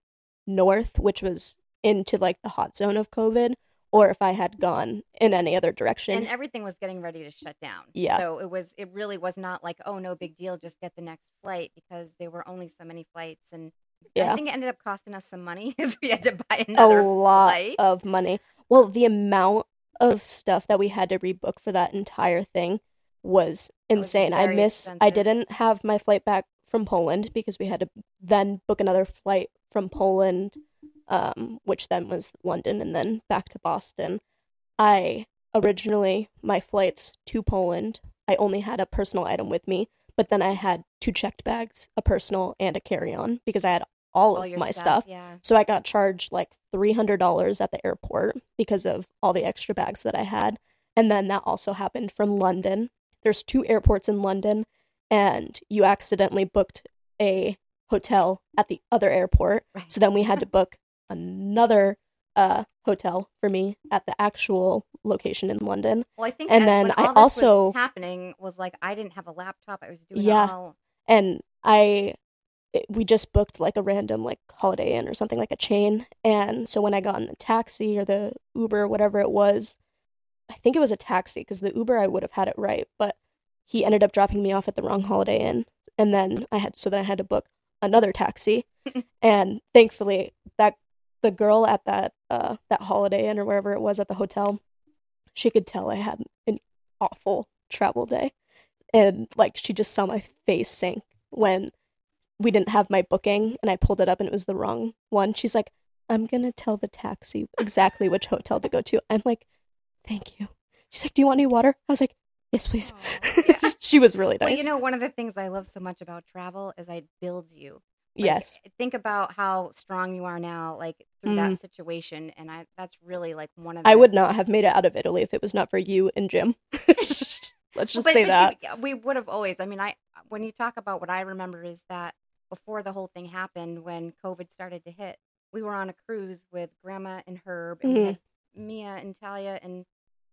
S1: north, which was into like the hot zone of COVID, or if I had gone in any other direction.
S3: And everything was getting ready to shut down.
S1: Yeah.
S3: So it was it really was not like oh no big deal just get the next flight because there were only so many flights and
S1: yeah. Oh,
S3: I think it ended up costing us some money [LAUGHS] because we had to buy
S1: A
S3: another
S1: lot
S3: flight.
S1: of money. Well, the amount of stuff that we had to rebook for that entire thing was
S3: was
S1: insane. I
S3: very
S1: missed, I
S3: expensive.
S1: didn't have my flight back from Poland because we had to then book another flight from Poland, um, which then was London and then back to Boston. I originally, my flights to Poland, I only had a personal item with me, but then I had two checked bags, a personal and a carry on because I had all,
S3: all
S1: of
S3: your
S1: my stuff.
S3: Yeah.
S1: So I got charged like $300 at the airport because of all the extra bags that I had. And then that also happened from London. There's two airports in London, and you accidentally booked a hotel at the other airport.
S3: Right.
S1: So then we had to book another uh, hotel for me at the actual location in London.
S3: Well, I think,
S1: And
S3: as-
S1: then
S3: when
S1: I
S3: all this was
S1: also-
S3: happening was like I didn't have a laptop. I was
S1: [LAUGHS]
S3: doing
S1: Yeah.
S3: it all.
S1: and I it- we just booked like a random like Holiday Inn or something like a chain. And so when I got in the taxi or the Uber, whatever it was, I think it was a taxi because the Uber I would have had it right, but he ended up dropping me off at the wrong Holiday Inn, and then I had so then I had to book another taxi, and thankfully that the girl at that uh that Holiday Inn or wherever it was at the hotel, she could tell I had an awful travel day, and like she just saw my face sink when we didn't have my booking and I pulled it up and it was the wrong one. She's like, I'm gonna tell the taxi exactly which hotel to go to. I'm like, thank you. She's like, do you want any water? I was like, yes, please. she was really nice.
S3: Well, you know, one of the things I love so much about travel is it builds you. Like,
S1: yes. Mm.
S3: Think about how strong you are now, like through that situation, and I that's really like one of. The,
S1: I would not have made it out of Italy if it was not for you and Jim. [LAUGHS] Let's just
S3: But-
S1: say
S3: but
S1: that.
S3: you- yeah, we would have always. I mean, I when you talk about what I remember is that before the whole thing happened, when COVID started to hit, we were on a cruise with Grandma and Herb, and we
S1: Mhm.
S3: had Mia and Talia and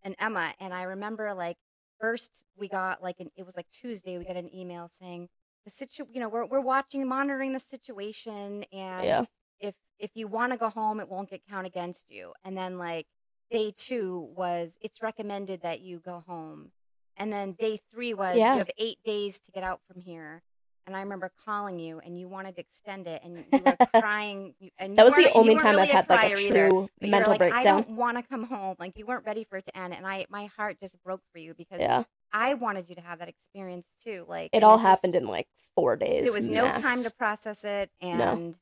S3: and Emma, and I remember like first we got like an it was like Tuesday we got an email saying the situ you know we're we're watching monitoring the situation and
S1: yeah.
S3: if if you want to go home, it won't get count against you. And then like day two was it's recommended that you go home. And then day three was
S1: Yeah.
S3: you have eight days to get out from here. And I remember calling you, and you wanted to extend it, and you
S1: [LAUGHS]
S3: were crying. you- And you
S1: That was the
S3: weren't- you
S1: only
S3: weren't
S1: time
S3: really
S1: I've had like a
S3: crier either,
S1: true
S3: but you were
S1: mental
S3: like, I
S1: breakdown.
S3: don't want to come home. Like you weren't ready for it to end, and I my heart just broke for you because
S1: Yeah.
S3: I wanted you to have that experience too. Like
S1: It
S3: and
S1: all
S3: just-
S1: happened in like four days.
S3: there was no time to
S1: max.
S3: process it and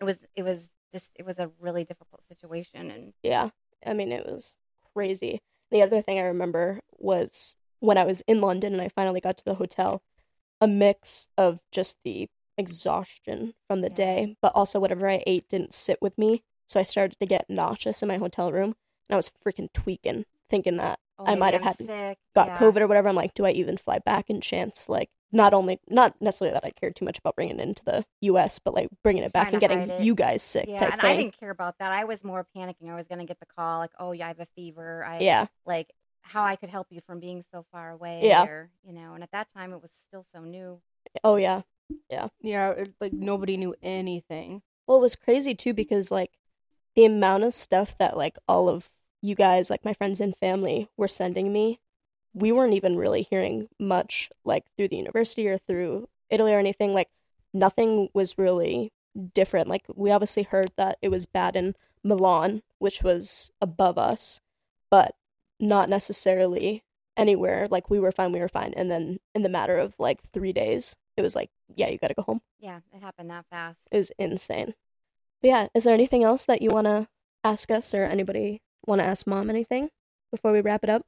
S3: it was it was just it was a really difficult situation and
S1: Yeah. I mean, it was crazy. The other thing I remember was when I was in London and I finally got to the hotel, a mix of just the exhaustion from the
S3: Yeah.
S1: day, but also whatever I ate didn't sit with me. So I started to get nauseous in my hotel room and I was freaking tweaking, thinking that
S3: oh,
S1: I
S3: maybe
S1: might have
S3: I'm
S1: had-
S3: sick.
S1: got
S3: Yeah.
S1: COVID or whatever, I'm like, do I even fly back in chance? Like, not only, not necessarily that I cared too much about bringing it into the US, but like bringing it back
S3: Trying
S1: and
S3: to
S1: getting
S3: hide it.
S1: you guys sick
S3: yeah
S1: type
S3: and
S1: thing.
S3: i didn't care about that i was more panicking i was gonna get the call like oh yeah i have a fever i
S1: yeah.
S3: like how i could help you from being so far away
S1: Yeah.
S3: or, you know and at that time it was still so new
S1: Oh, yeah.
S2: Yeah, it, like nobody knew anything.
S1: Well, it was crazy too because like the amount of stuff that like all of you guys, like my friends and family, were sending me, we weren't even really hearing much like through the university or through Italy or anything. Like nothing was really different. Like we obviously heard that it was bad in Milan, which was above us, but not necessarily anywhere like we were fine we were fine and then in the matter of like three days it was like yeah you gotta go home
S3: Yeah, it happened that fast.
S1: it was insane but yeah is there anything else that you want to ask us or anybody want to ask mom anything before we wrap it up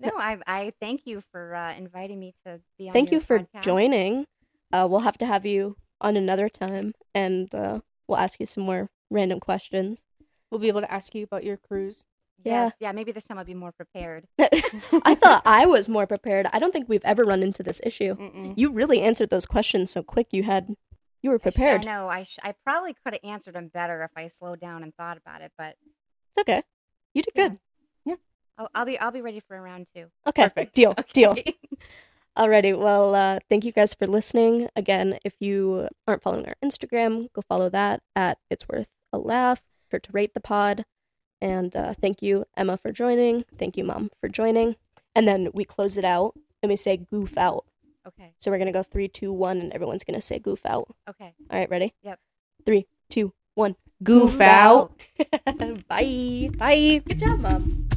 S3: no, I I thank you for uh, inviting me to be on.
S1: thank
S3: your
S1: you for
S3: podcast.
S1: joining uh, we'll have to have you on another time and uh, we'll ask you some more random questions [LAUGHS]
S2: We'll be able to ask you about your cruise.
S1: Yeah.
S3: Yes, yeah. Maybe this time I'll be more prepared.
S1: i thought i was more prepared i don't think we've ever run into this issue
S2: Mm-mm.
S1: you really answered those questions so quick you had you were
S3: I sh-
S1: prepared
S3: I know. I sh- I probably could have answered them better if I slowed down and thought about it, but
S1: It's okay you did
S3: Yeah.
S1: good
S3: I'll, I'll be I'll be ready for a round two.
S1: okay
S3: [LAUGHS]
S2: Perfect.
S1: deal deal Alrighty, well, uh, thank you guys for listening. Again, if you aren't following our Instagram, go follow that at It's Worth a Laugh. Sure to rate the pod. And uh, thank you, Emma, for joining. Thank you, Mom, for joining. And then we close it out and we say goof out.
S3: Okay.
S1: So we're going to go three, two, one, and everyone's going to say goof out.
S3: Okay.
S1: All right, ready? [LAUGHS]
S3: Yep.
S1: Three, two, one.
S2: Goof out.
S1: Bye.
S2: Bye.
S1: Good job, Mom.